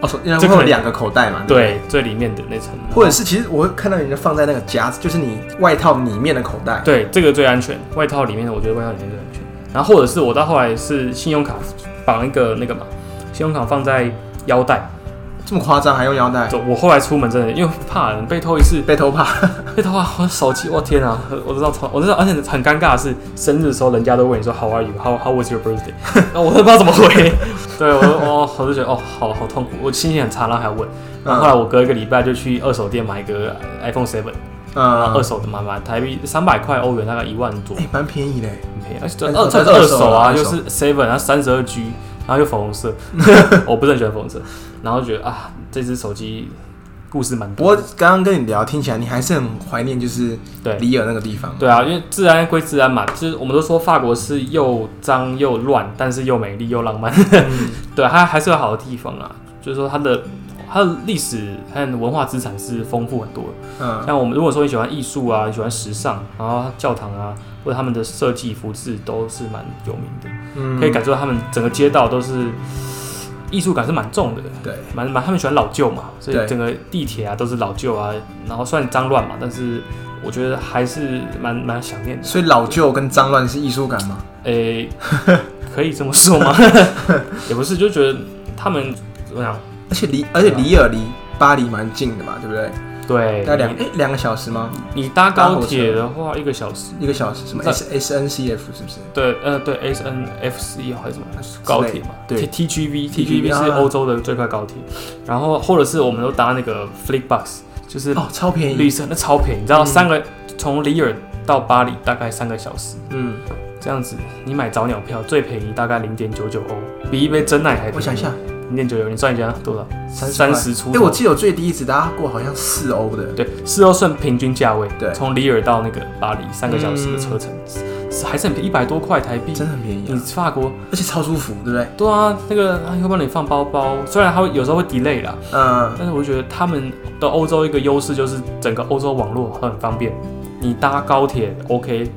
Speaker 1: 哦，手因为
Speaker 2: 这
Speaker 1: 会
Speaker 2: 可
Speaker 1: 有
Speaker 2: 能
Speaker 1: 两个口袋嘛，不
Speaker 2: 对，最里面的那层，
Speaker 1: 或者是其实我会看到人家放在那个夹子，就是你外套里面的口袋。
Speaker 2: 对这个最安全。外套里面的，我觉得外套里面最安全。然后或者是我到后来是信用卡绑一个那个嘛，信用卡放在腰带。
Speaker 1: 这么夸张还用腰带？
Speaker 2: 就我后来出门真的因为怕人被偷一次，
Speaker 1: 被偷 怕？
Speaker 2: 被偷啊，我手机，我天啊，我知道超，我知道，而且很尴尬的是，生日的时候人家都问你说 How are you? How How was your birthday? 那我都不知道怎么回。对我我我就觉得哦，好好痛苦，我心情很差，然后还要问。然
Speaker 1: 嗯
Speaker 2: 后后来我隔一个礼拜就去二手店买一个 iPhone Seven，然后二
Speaker 1: 嗯，
Speaker 2: 手的嘛，买台币三百块，欧元大概一万多，
Speaker 1: 哎，蛮便宜的。
Speaker 2: 很便宜。而且这
Speaker 1: 二
Speaker 2: 二
Speaker 1: 手
Speaker 2: 啊这是二
Speaker 1: 二手
Speaker 2: 手嗯
Speaker 1: 啊
Speaker 2: 啊，就是 Seven，然后三十二 G，然后又粉红色， 我不是很喜欢粉红色，然后觉得啊，这只手机故事蛮
Speaker 1: 不
Speaker 2: 多
Speaker 1: 过
Speaker 2: 的。
Speaker 1: 刚刚跟你聊，听起来你还是很怀念就是
Speaker 2: 对。
Speaker 1: 里尔那个地方。
Speaker 2: 对啊，因为治安归治安嘛，就是我们都说法国是又脏又乱，但是又美丽又浪漫。 对，啊它还是有好的地方啊，就是说它的它的历史和文化资产是丰富很多的。
Speaker 1: 嗯，
Speaker 2: 像我们如果说你喜欢艺术啊，你喜欢时尚，然后教堂啊，或者他们的设计服饰都是蛮有名的，
Speaker 1: 嗯
Speaker 2: 可以感受到他们整个街道都是艺术感是蛮重的。
Speaker 1: 对，
Speaker 2: 蛮蛮，他们喜欢老旧嘛，所
Speaker 1: 对
Speaker 2: 以整个地铁啊都是老旧啊，然后虽然脏乱嘛，但是我觉得还是蛮蛮想念的。
Speaker 1: 所以老旧跟脏乱是艺术感吗？
Speaker 2: 诶、可以这么说吗？ 也不是，就觉得他们怎么讲？
Speaker 1: 而且离而且里尔离巴黎蛮近的嘛，对不对？
Speaker 2: 对
Speaker 1: 大概，两哎两个小时吗？
Speaker 2: 你你搭高铁的话，一个小时。
Speaker 1: 一个小时什么
Speaker 2: 在
Speaker 1: S S N C F 是不是？
Speaker 2: 对，呃，对，S N F C 还是什么高铁嘛？
Speaker 1: 对
Speaker 2: ，T G V T G
Speaker 1: TGV
Speaker 2: V
Speaker 1: 啊
Speaker 2: 是欧洲的最快高铁，然后或者是我们都搭那个 Flickbus，就是
Speaker 1: 哦，超便宜。
Speaker 2: 绿色，那超便宜，你知道
Speaker 1: 嗯
Speaker 2: 三个从里尔到巴黎大概三个小时，
Speaker 1: 嗯，
Speaker 2: 这样子你买早鸟票最便宜大概零点九九欧，比一杯真奶还便宜。
Speaker 1: 我想一下，
Speaker 2: 零点九九，你算一下多少？
Speaker 1: 30
Speaker 2: 三十出
Speaker 1: 哎、
Speaker 2: 头。
Speaker 1: 我记得我最低只搭过好像四欧的，
Speaker 2: 对，四欧算平均价位，
Speaker 1: 对嗯
Speaker 2: 从里尔到那个巴黎三个小时的车程，是还是很一百多块台币。
Speaker 1: 真的很便宜、
Speaker 2: 你
Speaker 1: 啊，
Speaker 2: 法国，
Speaker 1: 而且超舒服，对不对？
Speaker 2: 对啊，那个他会帮你放包包，虽然他会有时候会 delay 啦，
Speaker 1: 嗯，
Speaker 2: 但是我觉得他们的欧洲一个优势就是整个欧洲网络都很方便，你搭高铁 OK，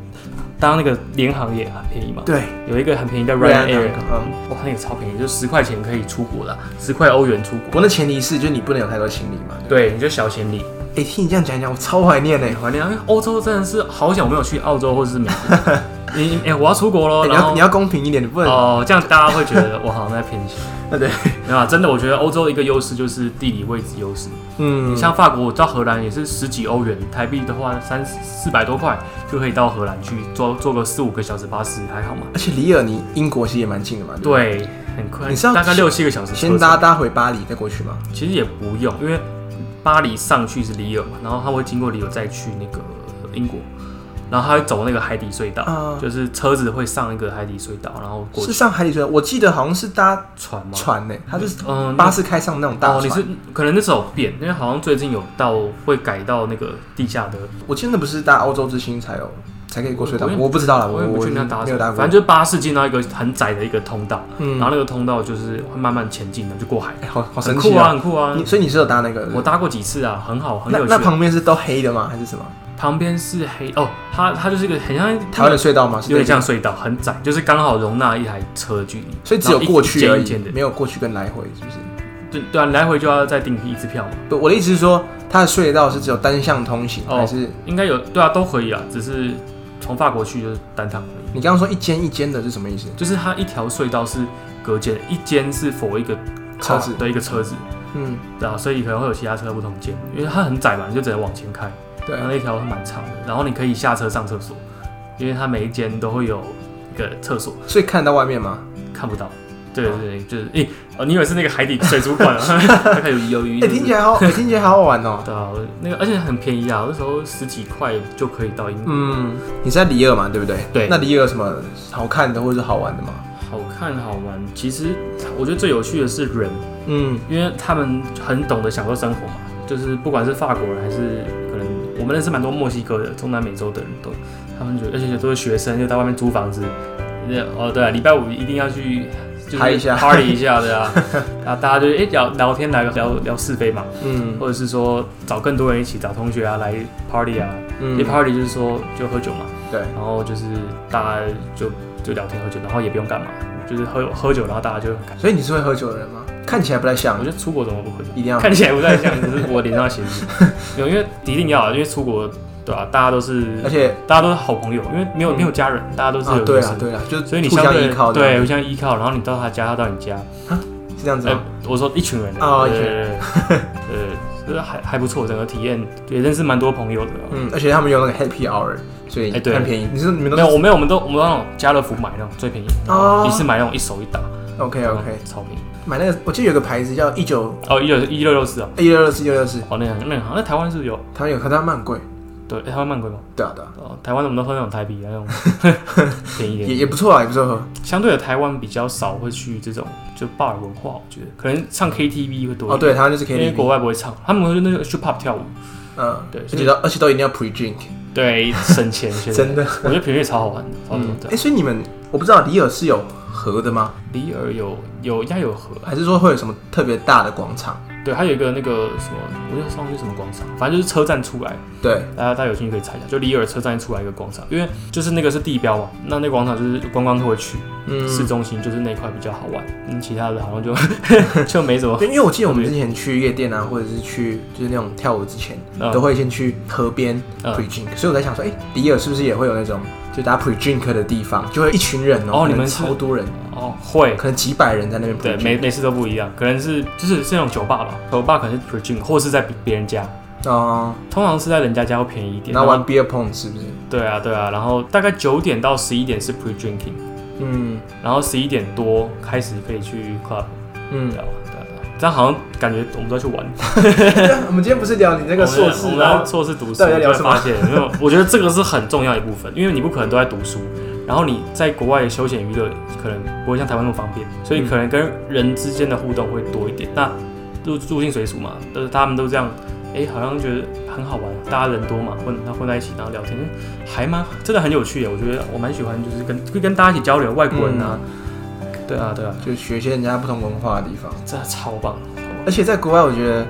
Speaker 2: 搭那个联航也很便宜嘛，
Speaker 1: 对，啊
Speaker 2: 有一个很便宜叫 Ryanair，哇，
Speaker 1: 嗯
Speaker 2: 那个超便宜，就十块钱可以出国啦，十块欧元出
Speaker 1: 不
Speaker 2: 国，
Speaker 1: 过那前提是，就是你不能有太多行李嘛。对
Speaker 2: 对，你就小钱你。
Speaker 1: 不对，哎、听你这样讲一讲，我超怀念呢、欸。
Speaker 2: 怀念啊，因为欧洲真的是好想我没有去澳洲或者是美国。 你哎、我要出国喽，
Speaker 1: 你
Speaker 2: 然
Speaker 1: 要
Speaker 2: 后
Speaker 1: 你要公平一点，你不能、
Speaker 2: 哦，这样大家会觉得我好像在偏心。
Speaker 1: 啊 对，
Speaker 2: 没有啊，真的，我觉得欧洲一个优势就是地理位置优势。
Speaker 1: 嗯
Speaker 2: 你像法国，我到荷兰也是十几欧元台币的话，三四百多块就可以到荷兰去坐坐个四五个小时巴士，还好嘛。
Speaker 1: 而且里尔尼英国其实也蛮近的嘛。对不对，
Speaker 2: 对，很快，
Speaker 1: 你是要
Speaker 2: 大概六七个小时车程。
Speaker 1: 先搭搭回巴黎再过去嘛。
Speaker 2: 其实也不用，因为巴黎上去是里尔嘛，然后他会经过里尔再去那个英国，然后他会走那个海底隧道，
Speaker 1: 啊
Speaker 2: 就是车子会上一个海底隧道，然后过
Speaker 1: 是
Speaker 2: 去
Speaker 1: 上海底隧道，我记得好像是搭
Speaker 2: 船嘛。
Speaker 1: 船呢、它就是
Speaker 2: 嗯，
Speaker 1: 巴士开上那种
Speaker 2: 那
Speaker 1: 大
Speaker 2: 哦，
Speaker 1: 船。
Speaker 2: 你是可能那时候有变，因为好像最近有到会改到那个地下的，
Speaker 1: 我记得那不是搭欧洲之星才有才可以过隧道
Speaker 2: 我
Speaker 1: 吗，
Speaker 2: 也
Speaker 1: 我不知道了，
Speaker 2: 我也不
Speaker 1: 我
Speaker 2: 确定
Speaker 1: 没
Speaker 2: 要搭什
Speaker 1: 有
Speaker 2: 么，
Speaker 1: 搭过。
Speaker 2: 反正就是巴士进到一个很窄的一个通道，
Speaker 1: 嗯
Speaker 2: 然后那个通道就是会慢慢前进的，就过海，
Speaker 1: 哎好好
Speaker 2: 很
Speaker 1: 神
Speaker 2: 酷
Speaker 1: 奇
Speaker 2: 啊，！很酷啊
Speaker 1: 你！所以你是有搭那个？
Speaker 2: 我搭过几次啊，很好，很
Speaker 1: 那
Speaker 2: 有趣
Speaker 1: 那。旁边是都黑的吗？还是什么？
Speaker 2: 旁边是黑哦，它它就是一个很像
Speaker 1: 台湾的隧道吗？是
Speaker 2: 有点
Speaker 1: 这
Speaker 2: 像
Speaker 1: 样，
Speaker 2: 隧道，很窄，就是刚好容纳一台车的距离，
Speaker 1: 所以只有过去
Speaker 2: 然
Speaker 1: 而
Speaker 2: 后一一
Speaker 1: 已
Speaker 2: 间一间，的，
Speaker 1: 没有过去跟来回，是不是？
Speaker 2: 对对啊，来回就要再订一次票嘛，
Speaker 1: 不，我的意思是说，它的隧道是只有单向通行，
Speaker 2: 哦
Speaker 1: 还是
Speaker 2: 应该有对啊，都可以啊，只是从法国去就是单趟而已，
Speaker 1: 你刚刚说一间一间的是什么意思？
Speaker 2: 就是它一条隧道是隔间，一间是否一个
Speaker 1: 车子
Speaker 2: car 的一个车子，
Speaker 1: 嗯，
Speaker 2: 对啊，所以可能会有其他车不同间，因为它很窄嘛，你就只能往前开，
Speaker 1: 对
Speaker 2: 然，后那条蛮长的，然后你可以下车上厕所，因为它每一间都会有一个厕所，
Speaker 1: 所以看得到外面吗？
Speaker 2: 看不到。对对对，就是诶、哦，你以为是那个海底水族馆啊？ 它开始有鱿鱼。
Speaker 1: 哎、听起来 好，哎听起来好好玩哦。
Speaker 2: 对啊，那个而且很便宜啊，那时候十几块就可以到英国。
Speaker 1: 嗯，你是在里尔嘛，对不对？
Speaker 2: 对
Speaker 1: 那里尔有什么好看的或者是好玩的吗？
Speaker 2: 好看好玩，其实我觉得最有趣的是人，
Speaker 1: 嗯，
Speaker 2: 因为他们很懂得享受生活嘛，就是不管是法国人还是可能我们认识蛮多墨西哥的、中南美洲的人都，他们觉得而且都是学生，就在外面租房子。那哦，对啊，礼拜五一定要去，就是
Speaker 1: 嗨一下
Speaker 2: party 一下的啊，然后大家就哎、聊聊天来聊聊是非嘛，
Speaker 1: 嗯
Speaker 2: 或者是说找更多人一起找同学啊来 party 啊，一
Speaker 1: 嗯，
Speaker 2: party 就是说就喝酒嘛，
Speaker 1: 对，
Speaker 2: 然后就是大家就就聊天喝酒，然后也不用干嘛，就是喝喝酒，然后大家就很开心。
Speaker 1: 所以你是会喝酒的人吗？看起来不太像
Speaker 2: 我，觉得出国怎么不喝酒？
Speaker 1: 一定要
Speaker 2: 看起来不太像，只是我脸上的写 字。没有，因为一定要啊，因为出国对吧、大家都是
Speaker 1: 而且
Speaker 2: 大家都是好朋友，因为没有、
Speaker 1: 嗯
Speaker 2: 没有家人，大家都是
Speaker 1: 啊
Speaker 2: 有，
Speaker 1: 对
Speaker 2: 医
Speaker 1: 啊
Speaker 2: 生，
Speaker 1: 对啊，就是
Speaker 2: 所以你
Speaker 1: 互
Speaker 2: 相
Speaker 1: 相
Speaker 2: 对
Speaker 1: 依靠的，
Speaker 2: 对，互相依靠，然后你到他家，他到你家，
Speaker 1: 是这样子
Speaker 2: 哎、
Speaker 1: 吗？
Speaker 2: 我说一群人
Speaker 1: 哦
Speaker 2: 对
Speaker 1: 一群
Speaker 2: 对对，呃，就是还还不错，整个体验也认识蛮多朋友的。
Speaker 1: 嗯，而且他们有那个 happy hour，所以
Speaker 2: 哎对
Speaker 1: 很便宜。你是你哦们都
Speaker 2: 没有，我没有，我们都我们都那种家乐福买那种最便宜，然后一次买那种一手一打
Speaker 1: OK
Speaker 2: 然后
Speaker 1: OK，
Speaker 2: 超便宜。
Speaker 1: 买那个我记得有个牌子叫一九
Speaker 2: 哦，一六一六六四啊，
Speaker 1: 一六六四六六四，
Speaker 2: 哦那样那样好像在台湾是不是有，
Speaker 1: 他们有，可它蛮贵，
Speaker 2: 对，哎台湾蛮贵吗？
Speaker 1: 对啊对啊，
Speaker 2: 哦，台湾我们都喝那种台啤啊那种 便宜一
Speaker 1: 也
Speaker 2: 点，
Speaker 1: 也不错啊，也不错喝。
Speaker 2: 相对的台湾比较少会去这种就 bar 文化，我觉得可能唱 KTV 会多
Speaker 1: 哦，
Speaker 2: 一点，
Speaker 1: 对，台湾就是
Speaker 2: 因为
Speaker 1: KTV，
Speaker 2: 国外不会唱，他们会那个去 pub 跳舞，
Speaker 1: 嗯，
Speaker 2: 对
Speaker 1: 而且都而且都一定要 pre drink，
Speaker 2: 对，哦啊省钱确实，
Speaker 1: 真的。
Speaker 2: 我觉得频率超好玩的，超好
Speaker 1: 嗯
Speaker 2: 玩，的
Speaker 1: 哎，。所以你们我不知道里尔是有河的吗？
Speaker 2: 里尔有有应该有河，啊
Speaker 1: 还是说会有什么特别大的广场？
Speaker 2: 对，还有一个那个什么，我记得上面是什么广场，反正就是车站出来，
Speaker 1: 对，
Speaker 2: 大家大家有兴趣可以查一下，就里尔车站出来一个广场，因为就是那个是地标嘛，那那个广场就是观光客会去，
Speaker 1: 嗯，
Speaker 2: 市中心就是那一块比较好玩，嗯，其他的好像就就 没什么。
Speaker 1: 对，因为我记得我们之前去夜店啊，或者是去就是那种跳舞之前，
Speaker 2: 嗯
Speaker 1: 都会先去河边
Speaker 2: 嗯
Speaker 1: pre drink，、所以我在想说，哎、迪尔是不是也会有那种就大家 pre drink 的地方，就会一群人
Speaker 2: 哦
Speaker 1: 哦，可
Speaker 2: 你
Speaker 1: 能
Speaker 2: 们是
Speaker 1: 超多人，
Speaker 2: 哦，会，
Speaker 1: 可能几百人在那边 pre
Speaker 2: 对，每
Speaker 1: drink，
Speaker 2: 每次都不一样，可能是就是是那种酒吧吧，酒吧可能是 p r e g i n 或者是在别人家，
Speaker 1: 哦，
Speaker 2: 通常是在人家家会便宜一点。
Speaker 1: 然后玩 beer pong 是不是？
Speaker 2: 对啊对啊，然后大概九点到十一点是 pre drinking，
Speaker 1: 嗯
Speaker 2: 然后十一点多开始可以去 club
Speaker 1: 嗯
Speaker 2: 对，啊对啊，对啊这样好像感觉我们都要去玩。
Speaker 1: 我们今天不是聊你那个硕
Speaker 2: 我
Speaker 1: 士，啊
Speaker 2: 们
Speaker 1: 然后
Speaker 2: 要硕士读书，
Speaker 1: 到底在聊什么
Speaker 2: 发现没有？我觉得这个是很重要一部分，因为你不可能都在读书，然后你在国外休闲娱乐可能不会像台湾那么方便，所
Speaker 1: 嗯
Speaker 2: 以可能跟人之间的互动会多一点。那入入境水俗嘛，都是他们都这样，哎、好像觉得很好玩，大家人多嘛，混那混在一起，然后聊天，还蛮真的很有趣耶。我觉得我蛮喜欢，就是跟跟跟大家一起交流，外国人啊，
Speaker 1: 嗯
Speaker 2: 对啊对啊，
Speaker 1: 就学一些人家不同文化的地方，
Speaker 2: 真的超 棒。超棒
Speaker 1: 而且在国外我觉得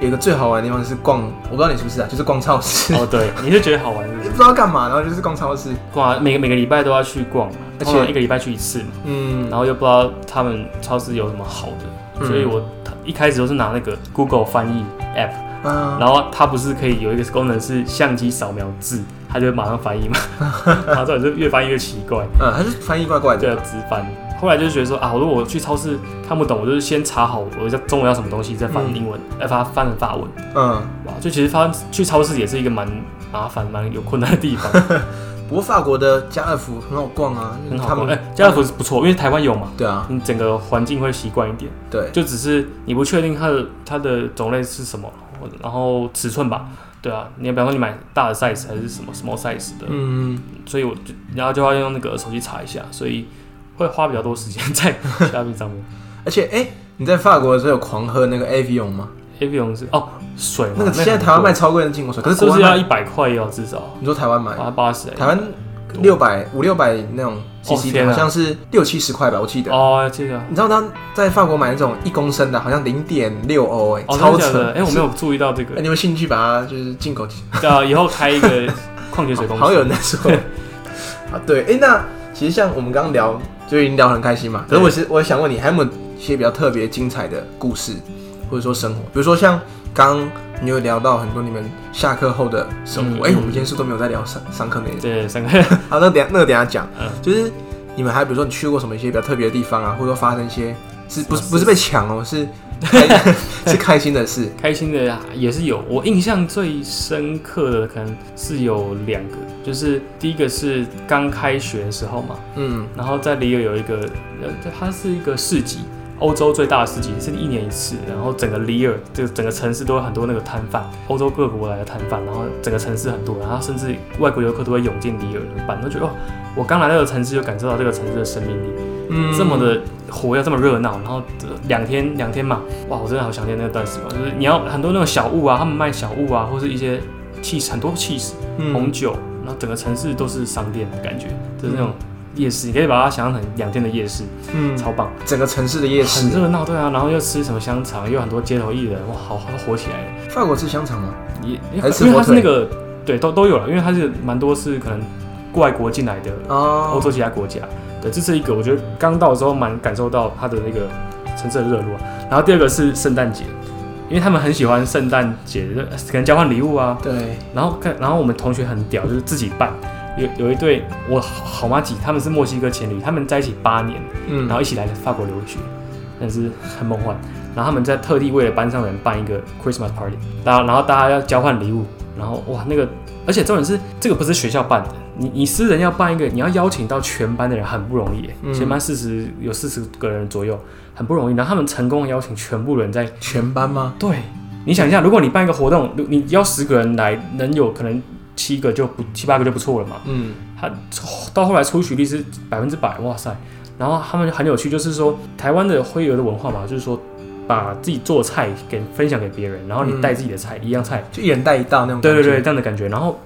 Speaker 1: 有一个最好玩的地方是逛，我不知道你是不是啊，就是逛超市，
Speaker 2: 哦，对，你是觉得好玩是不
Speaker 1: 也
Speaker 2: 是
Speaker 1: 不？知道干嘛，然后就是逛超市，
Speaker 2: 逛啊每个每个礼拜都要去逛，
Speaker 1: 而且
Speaker 2: 通常一个礼拜去一次嘛。
Speaker 1: 嗯，
Speaker 2: 然后又不知道他们超市有什么好的，
Speaker 1: 嗯
Speaker 2: 所以我一开始都是拿那个 Google 翻译 app，
Speaker 1: 啊，
Speaker 2: 然后它不是可以有一个功能是相机扫描字，它就会马上 翻译嘛，然后这就越翻译越奇怪，
Speaker 1: 嗯，它是翻译怪怪的，
Speaker 2: 对啊，直翻。后来就觉得说啊，如果我去超市看不懂，我就是先查好我要中文要什么东西，再翻
Speaker 1: 嗯
Speaker 2: 英文，再翻翻成法文。
Speaker 1: 嗯。
Speaker 2: 哇，就其实发去超市也是一个蛮麻烦、蛮有困难 的地方，
Speaker 1: 不过法国的家乐福很好逛啊，
Speaker 2: 很好
Speaker 1: 他
Speaker 2: 逛。
Speaker 1: 们
Speaker 2: 哎、家乐福是不错，因为台湾有嘛，
Speaker 1: 对啊，
Speaker 2: 你整个环境会习惯一点。
Speaker 1: 对，
Speaker 2: 就只是你不确定它的它的种类是什么，或者然后尺寸吧，对啊，你比方说你买大的 size 还是什么 small size 的，
Speaker 1: 嗯，
Speaker 2: 所以我就然后就要用那个手机查一下，所以会花比较多时间 在 shopping 上面。
Speaker 1: 而且哎、你在法国的时候有狂喝那个 Avion 吗？
Speaker 2: Avion 是哦水嘛，
Speaker 1: 那个
Speaker 2: 很
Speaker 1: 现在台湾卖
Speaker 2: 贵，
Speaker 1: 超贵的进口水，可是
Speaker 2: 是
Speaker 1: 国
Speaker 2: 不
Speaker 1: 外
Speaker 2: 是要
Speaker 1: 卖，
Speaker 2: 一百块要至少
Speaker 1: 你说台湾买，
Speaker 2: 八八十？哎
Speaker 1: 台湾
Speaker 2: 多。
Speaker 1: 六百五六百那种
Speaker 2: 哦
Speaker 1: CC
Speaker 2: 天
Speaker 1: 的，
Speaker 2: 啊
Speaker 1: 好像是六七十块吧，我记得。
Speaker 2: 哦，这个
Speaker 1: 你知道他在法国买那种一公升的，好像零点六欧，哎，
Speaker 2: 哦，
Speaker 1: 超
Speaker 2: 真的假的？
Speaker 1: 扯。
Speaker 2: 哎、我没有注意到这
Speaker 1: 哎，
Speaker 2: 个。
Speaker 1: 你有没有兴趣把它就是进口？
Speaker 2: 呃，以后开一个矿泉水公司，
Speaker 1: 好像有人在 说。啊，对，哎、那其实像我们刚刚聊，就已经聊得很开心嘛。可是我是我想问你，还有没有一些比较特别精彩的故事，或者说生活？比如说像刚刚你有聊到很多你们下课后的生活，
Speaker 2: 嗯
Speaker 1: 哎、
Speaker 2: 嗯
Speaker 1: 我们今天是不是都没有在聊上上课那些。
Speaker 2: 对三个
Speaker 1: 好，那等下那个等下讲，
Speaker 2: 嗯
Speaker 1: 就是你们还比如说你去过什么一些比较特别的地方啊，或者说发生一些是不是不是被抢哦，是 开是开心的事。
Speaker 2: 开心的也是有。我印象最深刻的可能是有两个，就是第一个是刚开学的时候嘛，
Speaker 1: 嗯，
Speaker 2: 然后在里尔有一个，呃，它是一个市集，欧洲最大的市集，是一年一次。然后整个里尔，这个整个城市都有很多那个摊贩，欧洲各国来的摊贩，然后整个城市很多，然后甚至外国游客都会涌进里尔的办，都觉得哦，我刚来到这个城市就感受到这个城市的生命力，
Speaker 1: 嗯
Speaker 2: 这么的活跃，这么热闹。然后呃两天两天嘛，哇，我真的好想念那段时光，就是你要很多那种小物啊，他们卖小物啊，或是一些气很多气势。
Speaker 1: 嗯
Speaker 2: 红酒，然后整个城市都是商店的感觉，就是那种夜市，你可以把它想象成两天的夜市，
Speaker 1: 嗯，
Speaker 2: 超棒，
Speaker 1: 整个城市的夜市
Speaker 2: 很，热闹，对啊，然后又吃什么香肠，又有很多街头艺人，哇，好好火起来了，
Speaker 1: 法国吃香肠吗？
Speaker 2: 也
Speaker 1: 还是
Speaker 2: 因为它
Speaker 1: 火
Speaker 2: 是
Speaker 1: 腿
Speaker 2: 那个对都都有了，因为它是蛮多是可能外国进来的
Speaker 1: 哦，
Speaker 2: 欧洲其他国家，对，这是一个我觉得刚到的时候蛮感受到它的那个城市的热络，啊然后第二个是圣诞节。因为他们很喜欢圣诞节，就可能交换礼物啊，
Speaker 1: 对，
Speaker 2: 然后看，然后我们同学很屌，就是自己办。有有一对我好好妈几，他们是墨西哥情侣，他们在一起八年，
Speaker 1: 嗯
Speaker 2: 然后一起来法国留学，但是很梦幻。然后他们在特地为了班上人办一个 Christmas party，然后然后大家要交换礼物，然后哇那个，而且重点是这个不是学校办的，你你私人要办一个，你要邀请到全班的人很不容易耶，
Speaker 1: 嗯
Speaker 2: 全班四十有四十个人左右，很不容易。然后他们成功地邀请全部人在
Speaker 1: 全班吗？
Speaker 2: 对，你想一下，如果你办一个活动，如你邀十个人来，能有可能七个就不七八个就不错了嘛。
Speaker 1: 嗯，
Speaker 2: 他到后来出席率是百分之百，哇塞！然后他们很有趣，就是说台湾的灰油的文化嘛，就是说把自己做菜给分享给别人，然后你
Speaker 1: 嗯
Speaker 2: 带自己的菜、一样菜，
Speaker 1: 就一人带一道那种。
Speaker 2: 对对对，这样的感觉。然后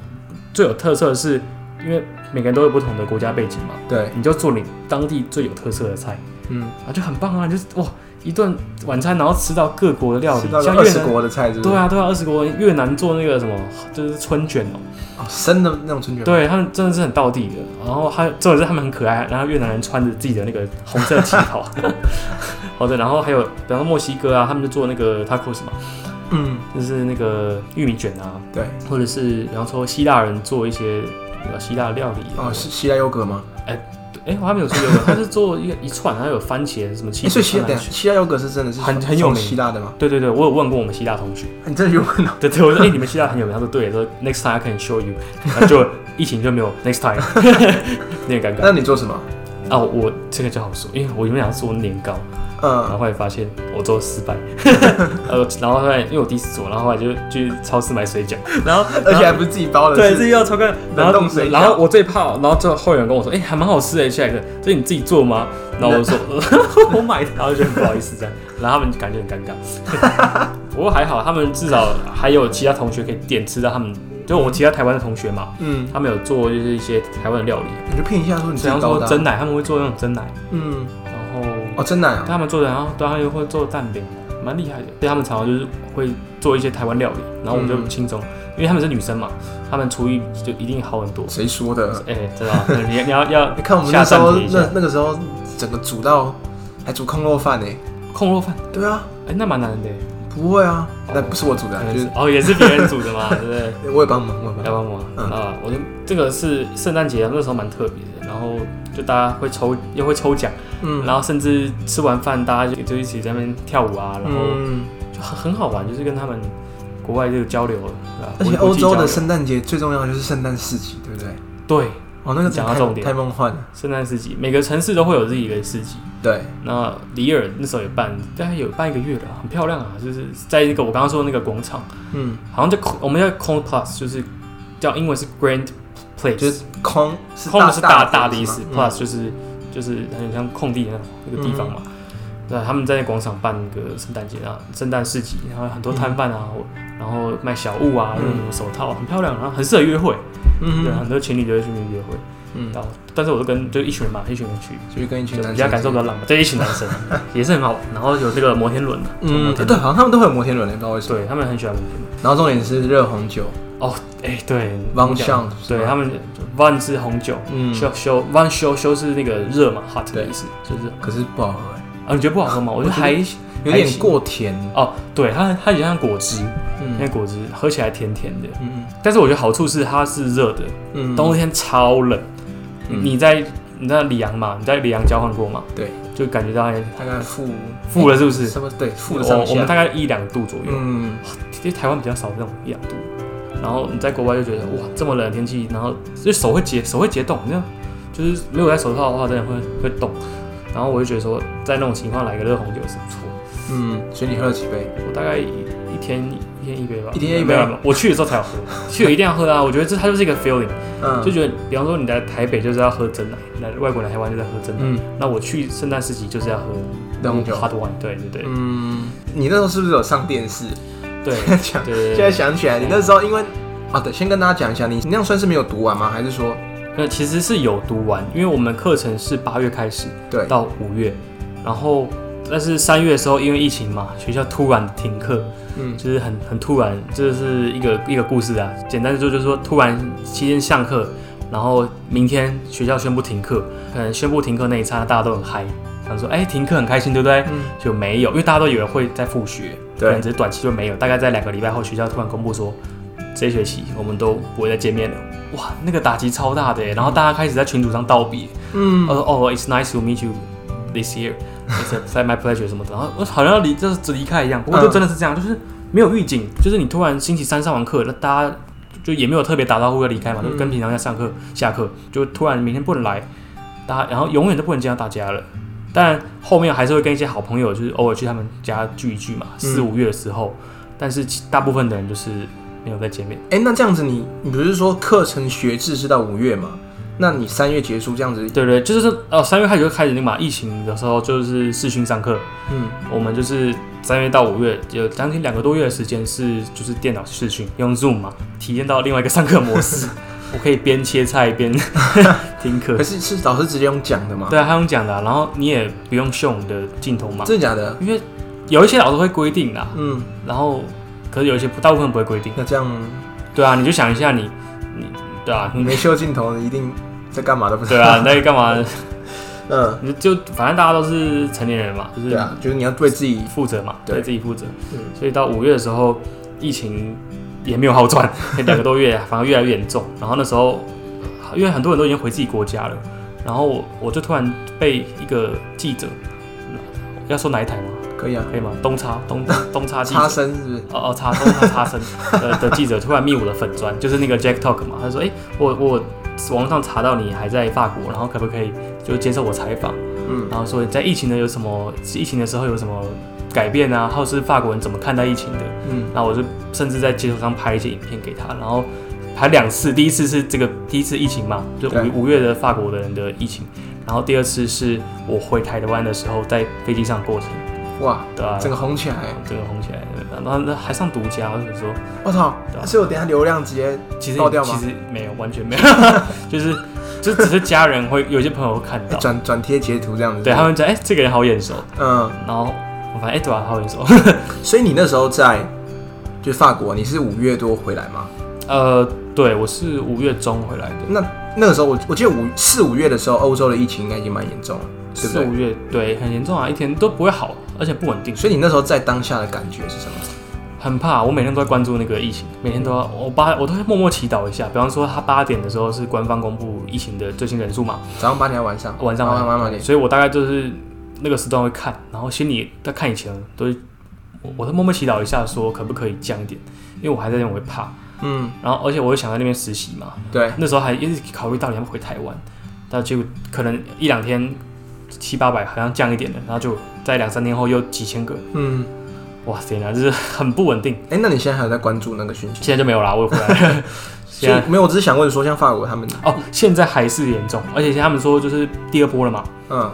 Speaker 2: 最有特色的是，因为每个人都有不同的国家背景嘛，
Speaker 1: 对，
Speaker 2: 你就做你当地最有特色的菜
Speaker 1: 嗯，
Speaker 2: 啊，就很棒啊！就是哇，一顿晚餐，然后吃到各国的料理
Speaker 1: 吃，到
Speaker 2: 像
Speaker 1: 二
Speaker 2: 越
Speaker 1: 十
Speaker 2: 南
Speaker 1: 国的菜是不是？
Speaker 2: 对啊，对啊，二十国越南做那个什么，就是春卷哦、
Speaker 1: 哦，生的那种春卷。，
Speaker 2: 对他们真的是很道地的。然后还有重点是他们很可爱，然后越南人穿着自己的那个红色旗 袍，好的，然后还有比方说墨西哥啊，他们就做那个 tacos 嘛，
Speaker 1: 嗯，
Speaker 2: 就是那个玉米卷啊，
Speaker 1: 对，
Speaker 2: 或者是比方说希腊人做一些呃希腊料理
Speaker 1: 哦，是希腊优格吗？
Speaker 2: 哎、我还没有吃过，他是做一个一串，然后有番茄什 么
Speaker 1: 哎，
Speaker 2: 七
Speaker 1: 所
Speaker 2: 色
Speaker 1: 以希
Speaker 2: 橄
Speaker 1: 腊，等
Speaker 2: 榄
Speaker 1: 一下
Speaker 2: 球。
Speaker 1: 希腊优格是真的是
Speaker 2: 很
Speaker 1: 从
Speaker 2: 很有
Speaker 1: 从
Speaker 2: 名
Speaker 1: 希腊的吗？
Speaker 2: 对对对，我有问过我们希腊同学，
Speaker 1: 啊你真的有 问哦？
Speaker 2: 对对，我说哎、你们希腊很有名，他说对，他说 next time I can show you，然后就疫情就没有 next time，有点 尴尬。
Speaker 1: 那你做什么？
Speaker 2: 啊，我这个就好说，因为我原本想做年糕，然后
Speaker 1: 嗯，
Speaker 2: 后来发现我做失败， 呃，然后后来因为我第一次做，然后后来就去超市买 水饺，然后
Speaker 1: 而且还不是自己包的，
Speaker 2: 对自
Speaker 1: 是
Speaker 2: 己要超干，然
Speaker 1: 冷
Speaker 2: 后
Speaker 1: 冻水饺
Speaker 2: 然后我最怕，然后最后后来有人跟我说，哎、还蛮好吃的，下一个，这你自己做吗？然后我就说、 呃我买的，然后就很不好意思这样，然后他们感觉很尴尬， 不过还好，他们至少还有其他同学可以点吃到他们，就我们其他台湾的同学嘛，
Speaker 1: 嗯，
Speaker 2: 他们有做就是一些台湾的料理，
Speaker 1: 你就骗一下说你
Speaker 2: 比
Speaker 1: 自己
Speaker 2: 方
Speaker 1: 包
Speaker 2: 说
Speaker 1: 的啊。
Speaker 2: 蒸奶，他们会做那种蒸奶。
Speaker 1: 嗯，
Speaker 2: 然后
Speaker 1: 哦，真奶啊，
Speaker 2: 他们做的，然后对，他们又会做蛋饼，蛮厉害的。对他们常常就是会做一些台湾料理，然后我们就
Speaker 1: 嗯
Speaker 2: 轻松，因为他们是女生嘛，她们厨艺就一定好很多。
Speaker 1: 谁说的？
Speaker 2: 哎、真的啊、你你要要
Speaker 1: 你看我们那时
Speaker 2: 下
Speaker 1: 候
Speaker 2: 暂停一下
Speaker 1: 那那个时候整个煮到还煮空肉饭呢。
Speaker 2: 控肉饭，
Speaker 1: 对啊，
Speaker 2: 哎、那蛮难的，
Speaker 1: 不会啊，
Speaker 2: 哦
Speaker 1: 那不是我煮的
Speaker 2: 可
Speaker 1: 啊，
Speaker 2: 能
Speaker 1: 就是
Speaker 2: 哦，也是别人煮的 嘛，对不对？
Speaker 1: 是我也帮忙，我也帮
Speaker 2: 要
Speaker 1: 忙。
Speaker 2: 帮忙
Speaker 1: 嗯
Speaker 2: 啊！我就这个是圣诞节啊那时候蛮特别的，然后就大家会抽，又会抽奖，
Speaker 1: 嗯，
Speaker 2: 然后甚至吃完饭大家就就一起在那边跳舞啊，然后
Speaker 1: 嗯。
Speaker 2: 就很很好玩，就是跟他们国外这个交流，对吧？
Speaker 1: 而
Speaker 2: 国
Speaker 1: 且
Speaker 2: 际
Speaker 1: 欧洲
Speaker 2: 交
Speaker 1: 的
Speaker 2: 流
Speaker 1: 圣诞节最重要的就是圣诞市集，对不对？
Speaker 2: 对
Speaker 1: 哦，那个真
Speaker 2: 嗯讲
Speaker 1: 的
Speaker 2: 到
Speaker 1: 太
Speaker 2: 重点
Speaker 1: 太梦幻了。
Speaker 2: 圣诞市集，每个城市都会有自己的市集。
Speaker 1: 对，
Speaker 2: 那里尔那时候也办，大概有办一个月了，很漂亮啊，就是在那个我刚刚说的那个广场，
Speaker 1: 嗯，
Speaker 2: 好像叫我们叫 Con Plus，就是叫英文是 Grand
Speaker 1: 就
Speaker 2: Place，
Speaker 1: 是空是
Speaker 2: Con 是大大的
Speaker 1: 意
Speaker 2: 意
Speaker 1: 思
Speaker 2: 思
Speaker 1: 吗
Speaker 2: ，Plus 就是就是很像空地那那个地方
Speaker 1: 嗯
Speaker 2: 嘛。对，他们在那广场办一个圣诞节啊，圣诞市集，然后很多摊贩啊，然后卖小物啊，
Speaker 1: 嗯
Speaker 2: 那种手套，很漂亮，然后很适合约会。
Speaker 1: 嗯
Speaker 2: 对，啊
Speaker 1: 哼，
Speaker 2: 很多情侣就会去那边约会。
Speaker 1: 嗯，
Speaker 2: 然后但是我就跟就一群人嘛，一群人去，
Speaker 1: 就跟一群
Speaker 2: 就
Speaker 1: 男
Speaker 2: 比
Speaker 1: 生
Speaker 2: 较感受比较浪漫，对，一群男 生也是很好玩。然后有这个摩天轮嘛，
Speaker 1: 嗯，
Speaker 2: 摩
Speaker 1: 对，
Speaker 2: 天轮
Speaker 1: 好像他们都会有摩天轮，不知道为什么。
Speaker 2: 对他们很喜欢摩天轮。
Speaker 1: 然后重点是热红酒
Speaker 2: 哦，哎、对
Speaker 1: v a
Speaker 2: 你
Speaker 1: n
Speaker 2: 讲
Speaker 1: Shang，
Speaker 2: 对他们 one 是红酒，
Speaker 1: 嗯，
Speaker 2: 修修 one 修修是那个热嘛，hot 的
Speaker 1: 对
Speaker 2: 意思，就是
Speaker 1: 可是不好喝，欸
Speaker 2: 啊，你觉得不好喝吗？我觉得还
Speaker 1: 有
Speaker 2: 还
Speaker 1: 点
Speaker 2: 行
Speaker 1: 过甜。
Speaker 2: 哦，对，它它有点像果汁，那
Speaker 1: 嗯
Speaker 2: 果汁喝起来甜甜的，
Speaker 1: 嗯
Speaker 2: 但是我觉得好处是它是热的，
Speaker 1: 嗯，
Speaker 2: 冬天超冷。
Speaker 1: 嗯
Speaker 2: 你在你在里昂嘛，你在里昂交换过嘛？
Speaker 1: 对，
Speaker 2: 就感觉到
Speaker 1: 大概负
Speaker 2: 负了是不是？
Speaker 1: 什么对负的
Speaker 2: 我
Speaker 1: 上
Speaker 2: 我们
Speaker 1: 下。
Speaker 2: 大概一两度左右，
Speaker 1: 嗯，
Speaker 2: 其实台湾比较少那种一两度。然后你在国外就觉得哇，这么冷的天气，然后就手会结手会结冻，那样就是没有戴手套的话，真的会会冻。然后我就觉得说，在那种情况来个热红酒是不错的。
Speaker 1: 嗯，所以你喝了几杯？
Speaker 2: 我大概一一天一天一杯吧，
Speaker 1: 一天一杯
Speaker 2: 没有没有我去的时候才有喝，去了一定要喝啊！我觉得这它就是一个 feeling，
Speaker 1: 嗯，
Speaker 2: 就觉得，比方说你在台北就是要喝真奶，来外国来台湾就在喝真奶，
Speaker 1: 嗯，
Speaker 2: 那我去圣诞市集就是要喝
Speaker 1: 热红酒。
Speaker 2: hot wine，对对对
Speaker 1: 嗯，你那时候是不是有上电视？
Speaker 2: 对
Speaker 1: 讲，
Speaker 2: 对对
Speaker 1: 现在
Speaker 2: 对。
Speaker 1: 想起来，你那时候因为啊，对，先跟大家讲一下，你你那样算是没有读完吗？还是说
Speaker 2: 那其实是有读完，因为我们课程是八月开始
Speaker 1: 对？
Speaker 2: 到五月，然后但是三月的时候因为疫情嘛，学校突然停课，
Speaker 1: 嗯
Speaker 2: 就是很很突然，这是一个一个故事啊。简单的说，就是说突然期间上课，然后明天学校宣布停课，可能宣布停课那一刹那大家都很嗨，想说哎、停课很开心，对不对？
Speaker 1: 嗯
Speaker 2: 就没有，因为大家都以为会在复学，
Speaker 1: 对
Speaker 2: 可能只是短期就没有。大概在两个礼拜后，学校突然公布说，这一学期我们都不会再见面了。哇，那个打击超大的耶，然后大家开始在群组上道别，
Speaker 1: 嗯
Speaker 2: 他说哦，It's nice to meet you this year. It's a- it's my pleasure 什么的，然后我好像要离就是离开一样，不过就真的是这样，就是没有预警，就是你突然星期三上完课，那大家就也没有特别打招呼要离开嘛，就跟平常一样上课下课，就突然明天不能来，大家然后永远都不能见到大家了。当然后面还是会跟一些好朋友，就是偶尔去他们家聚一聚嘛，四五月的时候，但是其大部分的人就是没有再见面。
Speaker 1: 哎、那这样子你，你不是说课程学制是到五月嘛？那你三月结束这样子，
Speaker 2: 对对，就是说哦，三月开始就开始那嘛，疫情的时候就是视讯上课，
Speaker 1: 嗯
Speaker 2: 我们就是三月到五月有将近两个多月的时间是就是电脑视讯用 Zoom 嘛，体验到另外一个上课 模式，我可以边切菜边听课
Speaker 1: 可。是是老师直接用讲的嘛？
Speaker 2: 对啊，他用讲的啊、然后你也不用秀你的镜头嘛，
Speaker 1: 真的假的？
Speaker 2: 因为有一些老师会规定啦，
Speaker 1: 嗯，
Speaker 2: 然后可是有一些不大部分不会规定。
Speaker 1: 那这样
Speaker 2: 对啊，你就想一下你你对啊，
Speaker 1: 你
Speaker 2: 你
Speaker 1: 没修镜头，你一定在干嘛都不知
Speaker 2: 对
Speaker 1: 道。
Speaker 2: 啊，你在干嘛？
Speaker 1: 嗯，
Speaker 2: 你就反正大家都是成年人嘛，就是
Speaker 1: 对啊，就是你要对自己，
Speaker 2: 负责嘛，
Speaker 1: 对
Speaker 2: 对自己负责。
Speaker 1: 嗯
Speaker 2: 所以到五月的时候，疫情也没有好转， 两个多月啊反而越来越严重。然后那时候，因为很多人都已经回自己国家了，然后我我就突然被一个记者，要说哪一台吗？
Speaker 1: 可以啊，
Speaker 2: 可以吗？东差东东差记者
Speaker 1: 擦。身是不是？
Speaker 2: 哦哦，插东差 插身的的记者突然密我的粉砖，就是那个 Jack Talk 嘛，他说，哎、我我网上查到你还在法国，然后可不可以就接受我采访？
Speaker 1: 嗯
Speaker 2: 然后说在疫情的有什么，疫情的时候有什么改变啊，或是法国人怎么看待疫情的。
Speaker 1: 嗯
Speaker 2: 那我就甚至在街头上拍一些影片给他，然后还两次，第一次是这个第一次疫情嘛，就
Speaker 1: 对
Speaker 2: 五五月的法国的人的疫情，然后第二次是我回台湾的时候在飞机上的过程，
Speaker 1: 哇，
Speaker 2: 对啊，
Speaker 1: 整个红起来，
Speaker 2: 这个红起来，然后那还上独家，我就说
Speaker 1: 我操
Speaker 2: 对！啊
Speaker 1: 所以我等一下流量直接
Speaker 2: 其实
Speaker 1: 爆掉吗
Speaker 2: 其实没有，完全没有， 就是就只是家人会有些朋友会看 到，
Speaker 1: 转转贴截图这样子。
Speaker 2: 对他们讲哎、这个人好眼熟，
Speaker 1: 嗯，
Speaker 2: 然后我发现哎、对啊好眼熟，
Speaker 1: 所以你那时候在就法国，你是五月多回来吗？
Speaker 2: 呃，对，我是五月中回来的，
Speaker 1: 那那个时候我我记得五四五月的时候，欧洲的疫情应该已经蛮严重了，对不
Speaker 2: 四五
Speaker 1: 对？
Speaker 2: 月对，很严重啊，一天都不会好，而且不稳定，
Speaker 1: 所以你那时候在当下的感觉是什么？
Speaker 2: 很怕。我每天都在关注那个疫情，每天都要
Speaker 1: 嗯
Speaker 2: 我八我都会默默祈祷一下。比方说，他八点的时候是官方公布疫情的最新人数嘛，
Speaker 1: 早上八点还是晚上？
Speaker 2: 哦晚上
Speaker 1: 晚上八点。
Speaker 2: 所以我大概就是那个时段会看，然后心里在看以前都会我我都默默祈祷一下，说可不可以降一点，因为我还在认为怕。
Speaker 1: 嗯，
Speaker 2: 然后而且我又想在那边实习嘛，
Speaker 1: 对，
Speaker 2: 那时候还一直考虑到底要不要回台湾，但结果可能一两天七八百好像降一点了，然后就在两三天后又几千个，
Speaker 1: 嗯，
Speaker 2: 哇塞，那就是很不稳定。
Speaker 1: 哎、那你现在还有在关注那个讯息？
Speaker 2: 现在就没有啦，我也回 来了。
Speaker 1: 所
Speaker 2: 现在
Speaker 1: 以没有，我只是想问说，像法国他们，
Speaker 2: 哦，现在还是严重，而且他们说就是第二波了嘛。
Speaker 1: 嗯，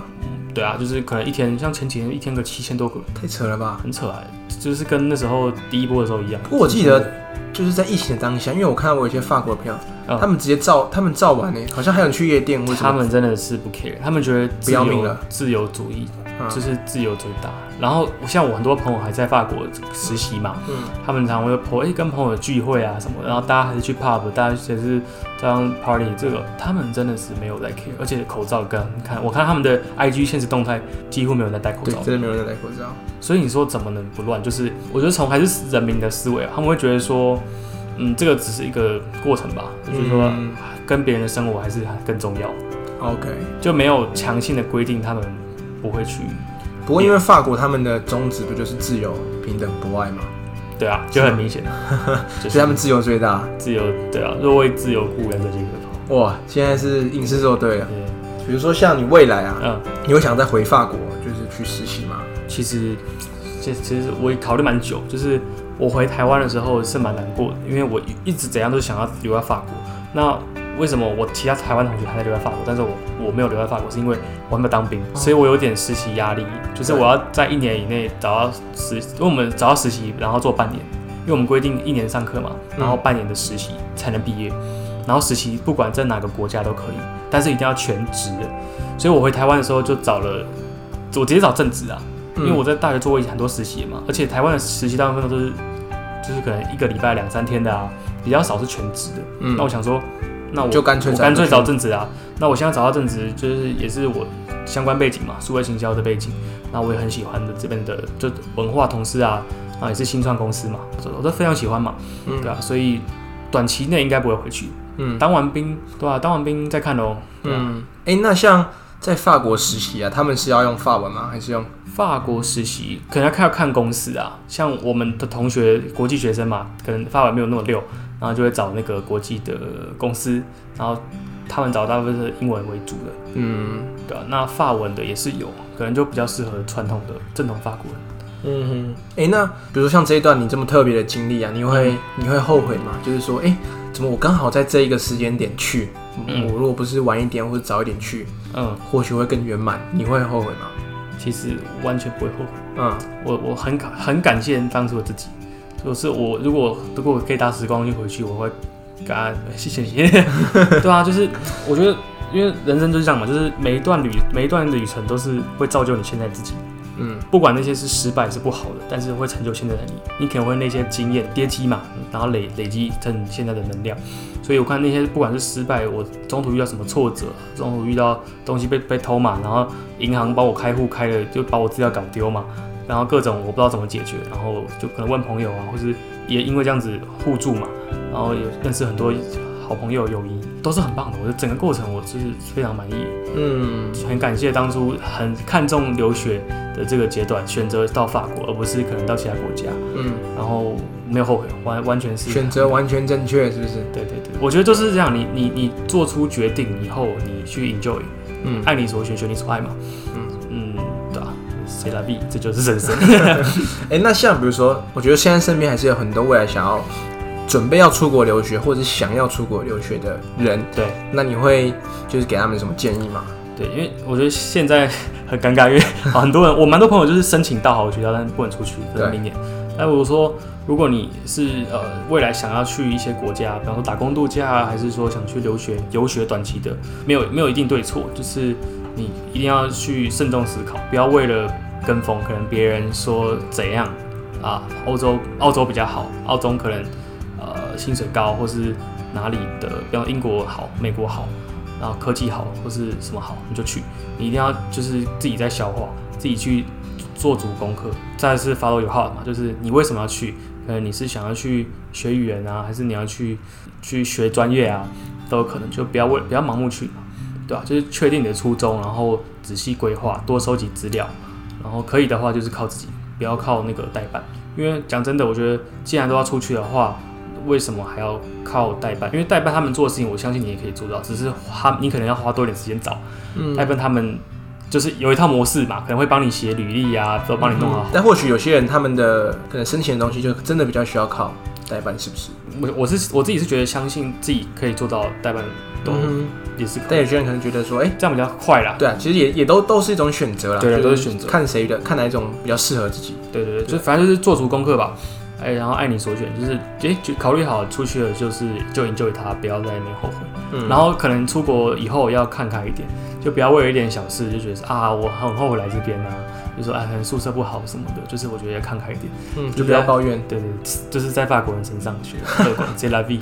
Speaker 2: 对啊，就是可能一天，像前几天一天个七千多个，
Speaker 1: 太扯了吧？
Speaker 2: 很扯啊！就是跟那时候第一波的时候一样。
Speaker 1: 不过我记得就是在疫情的当下，因为我看到我有一些法国的朋友，
Speaker 2: 嗯
Speaker 1: 他们直接照，他们照完呢、好像还有人去夜店，为什
Speaker 2: 他
Speaker 1: 么？
Speaker 2: 们真的是不 care，他们觉得
Speaker 1: 不
Speaker 2: 自
Speaker 1: 要
Speaker 2: 由
Speaker 1: 命了
Speaker 2: 自由主义
Speaker 1: 嗯
Speaker 2: 就是自由最大。然后像我很多朋友还在法国实习嘛，
Speaker 1: 嗯，
Speaker 2: 他们常会 po 哎、跟朋友聚会啊什么，然后大家还是去 pub，大家还是这样 party，这个他们真的是没有在 care，而且口罩跟你看我看他们的 IG 现实动态几乎没有人在戴口
Speaker 1: 对
Speaker 2: 罩，，
Speaker 1: 真的没有人戴口罩。
Speaker 2: 所以你说怎么能不乱？就是我觉得从还是人民的思维啊，他们会觉得说，嗯，这个只是一个过程吧，就是说、
Speaker 1: 嗯
Speaker 2: 跟别人的生活还是更重要。
Speaker 1: OK，
Speaker 2: 就没有强性的规定他们不会去，
Speaker 1: 不过因为法国他们的宗旨不就是自由、平等、博爱嘛，
Speaker 2: 对啊，就很 明显，就
Speaker 1: 所以他们自由最大。
Speaker 2: 自由，对啊，若为自由故人这些个，
Speaker 1: 哇，现在是影视做 对了。
Speaker 2: 对，
Speaker 1: 比如说像你未来啊，
Speaker 2: 嗯，
Speaker 1: 你会想再回法国，就是去实习吗？
Speaker 2: 其实其其实我也考虑蛮久，就是我回台湾的时候是蛮难过的，因为我一一直怎样都想要留在法国。那为什么我其他台湾同学还在留在法国，但是我我没有留在法国，是因为我还没有当兵，所以我有点实习压力，就是我要在一年以内找到实，因为我们找到实习，然后做半年，因为我们规定一年上课嘛，然后半年的实习才能毕业，然后实习不管在哪个国家都可以，但是一定要全职的，所以我回台湾的时候就找了，我直接找正职啊，
Speaker 1: 嗯
Speaker 2: 因为我在大学做过很多实习嘛，而且台湾的实习大部分都是就是可能一个礼拜两三天的啊，比较少是全职的。
Speaker 1: 嗯
Speaker 2: 那我想说，那我
Speaker 1: 就干脆
Speaker 2: 我
Speaker 1: 找
Speaker 2: 干
Speaker 1: 正
Speaker 2: 脆
Speaker 1: 职
Speaker 2: 找正职啊。那我现在找到正职，就是也是我相关背景嘛，数位行销的背景。那我也很喜欢的这边的就文化同事啊，啊也是新创公司嘛，我都非常喜欢嘛，
Speaker 1: 嗯
Speaker 2: 对啊，所以短期内应该不会回去。
Speaker 1: 嗯
Speaker 2: 当完兵，对啊，当完兵再看喽。对啊
Speaker 1: 嗯，哎、那像在法国实习啊，他们是要用法文吗？还是用？
Speaker 2: 法国实习可能要看要看公司啊，像我们的同学国际学生嘛，可能法文没有那么溜，然后就会找那个国际的公司，然后他们找大部分是英文为主的，
Speaker 1: 嗯
Speaker 2: 对吧、啊那法文的也是有，可能就比较适合传统的正统法国人。
Speaker 1: 嗯哼，哎、那比如说像这一段你这么特别的经历啊，你会、你会后悔吗？就是说，哎、怎么我刚好在这一个时间点去？
Speaker 2: 嗯
Speaker 1: 我如果不是晚一点或者早一点去，
Speaker 2: 嗯，
Speaker 1: 或许会更圆满。你会后悔吗？
Speaker 2: 其实完全不会后悔。
Speaker 1: 嗯
Speaker 2: 我我很感很感谢当初的自己，就是我如果如果我可以搭时光机回去，我会感恩谢谢你。对啊，就是我觉得，因为人生就是这样嘛，就是每一段旅每一段旅程都是会造就你现在自己，
Speaker 1: 嗯
Speaker 2: 不管那些是失败是不好的，但是会成就现在的你。你可能会那些经验跌积嘛，然后累累积成你现在的能量。所以我看那些不管是失败，我中途遇到什么挫折，中途遇到东西被被偷嘛，然后银行帮我开户开了，就把我资料搞丢嘛，然后各种我不知道怎么解决，然后就可能问朋友啊，或是也因为这样子互助嘛，然后也认识很多好朋友友谊，都是很棒的。我的整个过程我就是非常满意。
Speaker 1: 嗯，
Speaker 2: 很感谢当初很看重留学的这个阶段，选择到法国，而不是可能到其他国家。
Speaker 1: 嗯，
Speaker 2: 然后没有后悔，完完全是啊
Speaker 1: 选择完全正确，是不是？
Speaker 2: 对对对，我觉得就是这样，你你你做出决定以后，你去 enjoy，
Speaker 1: 嗯，
Speaker 2: 爱你所选，选你所爱嘛。
Speaker 1: 嗯
Speaker 2: 嗯，对啊，谁来避？这就是 人生。
Speaker 1: 哎、那像比如说，我觉得现在身边还是有很多未来想要准备要出国留学，或者是想要出国留学的人，
Speaker 2: 对
Speaker 1: 那你会就是给他们什么建议吗？
Speaker 2: 对，因为我觉得现在 很尴尬，因为很多人，我蛮多朋友就是申请到好的学校，但是不能出去，可能
Speaker 1: 对
Speaker 2: 明年。那如果说，如果你是呃未来想要去一些国家，比方说打工度假啊，还是说想去留学、游学短期的，没有没有一定对错，就是你一定要去慎重思考，不要为了跟风，可能别人说怎样啊，欧洲澳洲比较好，澳洲可能呃薪水高，或是哪里的，比方英国好，美国好，然后科技好，或是什么好，你就去，你一定要就是自己在消化，自己去做足功课。再来是 follow your heart 嘛，就是你为什么要去？可能你是想要去学语言啊，还是你要去去学专业啊，都有可能，就不要为不要盲目去嘛，对吧、就是确定你的初衷，然后仔细规划，多收集资料，然后可以的话就是靠自己，不要靠那个代办。因为讲真的，我觉得既然都要出去的话，为什么还要靠代办？因为代办他们做的事情，我相信你也可以做到，只是他你可能要花多一点时间找。
Speaker 1: 嗯
Speaker 2: 代办他们就是有一套模式嘛，可能会帮你写履历啊，都帮你弄好。
Speaker 1: 但或许有些人他们的可能申请的东西就真的比较需要靠代办是不是？
Speaker 2: 我我是我自己是觉得相信自己可以做到代办都
Speaker 1: 嗯哼，
Speaker 2: 也是可
Speaker 1: 但
Speaker 2: 以，
Speaker 1: 有些人可能觉得说，哎、
Speaker 2: 这样比较快啦。
Speaker 1: 对啊，其实也也都都是一种选择啦，
Speaker 2: 对啊
Speaker 1: 就
Speaker 2: 都是选择
Speaker 1: 看谁的，看哪一种比较适合自己。
Speaker 2: 对对对，就反正就是做足功课吧。哎，然后爱你所选，就是哎，就考虑好出去了，就是就 enjoy 它，不要在那边后悔。
Speaker 1: 嗯，
Speaker 2: 然后可能出国以后要看开一点，就不要为了一点小事就觉得是啊，我很后悔来这边啊，就说哎，可能宿舍不好什么的，就是我觉得要看开一点。
Speaker 1: 嗯，就不要抱怨。
Speaker 2: 对对，啊对就是在法国人身上学的乐观 j l a v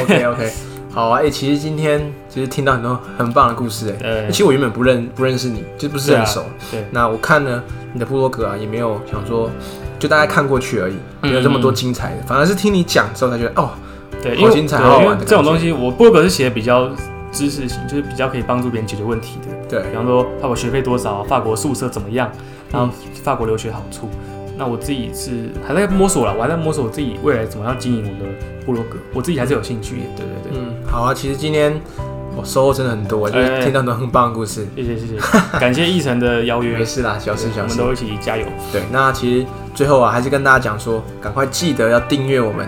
Speaker 1: OK OK，好啊，哎、其实今天其实听到很多很棒的故事、哎、
Speaker 2: 呃，
Speaker 1: 其实我原本不认不认识你，就不是很熟。
Speaker 2: 对，
Speaker 1: 那我看呢，你的部落格啊，也没有想说，就大概看过去而已，没有这
Speaker 2: 嗯
Speaker 1: 么多精彩的，反而是听你讲之后才觉得，哦，
Speaker 2: 对，
Speaker 1: 好
Speaker 2: 因为
Speaker 1: 精彩
Speaker 2: 对
Speaker 1: 好好玩
Speaker 2: 因为
Speaker 1: 的
Speaker 2: 这种
Speaker 1: 感觉
Speaker 2: 东西，我博格是写比较知识型，就是比较可以帮助别人解决问题的。
Speaker 1: 对，
Speaker 2: 比方说法国学费多少，法国宿舍怎么
Speaker 1: 嗯
Speaker 2: 样，然后法国留学好处。那我自己是还在摸索啦，我还在摸索我自己未来怎么样经营我的部落格，我自己还是有兴趣的。对对对，
Speaker 1: 嗯，好啊，其实今天我收获真的很多，就是
Speaker 2: 哎
Speaker 1: 听到很多很棒的故事。
Speaker 2: 谢谢谢谢，感谢奕晨的邀
Speaker 1: 没
Speaker 2: 约，
Speaker 1: 事啦，小事
Speaker 2: 我
Speaker 1: 小
Speaker 2: 们
Speaker 1: 事。
Speaker 2: 都一起加油。
Speaker 1: 对，那其实最后啊，还是跟大家讲说，赶快记得要订阅我们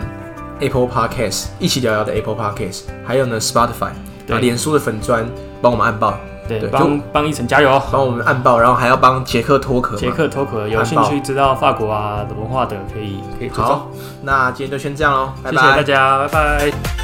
Speaker 1: Apple Podcast 一起聊聊的 Apple Podcast，还有呢 Spotify，
Speaker 2: 对
Speaker 1: 啊，脸书的粉砖帮我们按爆，
Speaker 2: 对
Speaker 1: 对，
Speaker 2: 帮帮奕晨加油。哦
Speaker 1: 帮我们按爆，然后还要帮杰克脱壳嘛。
Speaker 2: 杰克脱壳，有兴趣知道法国啊的文化的，可以可以追踪。
Speaker 1: 好，那今天就先这样喽，拜
Speaker 2: 谢
Speaker 1: 拜。
Speaker 2: 谢大家，拜拜。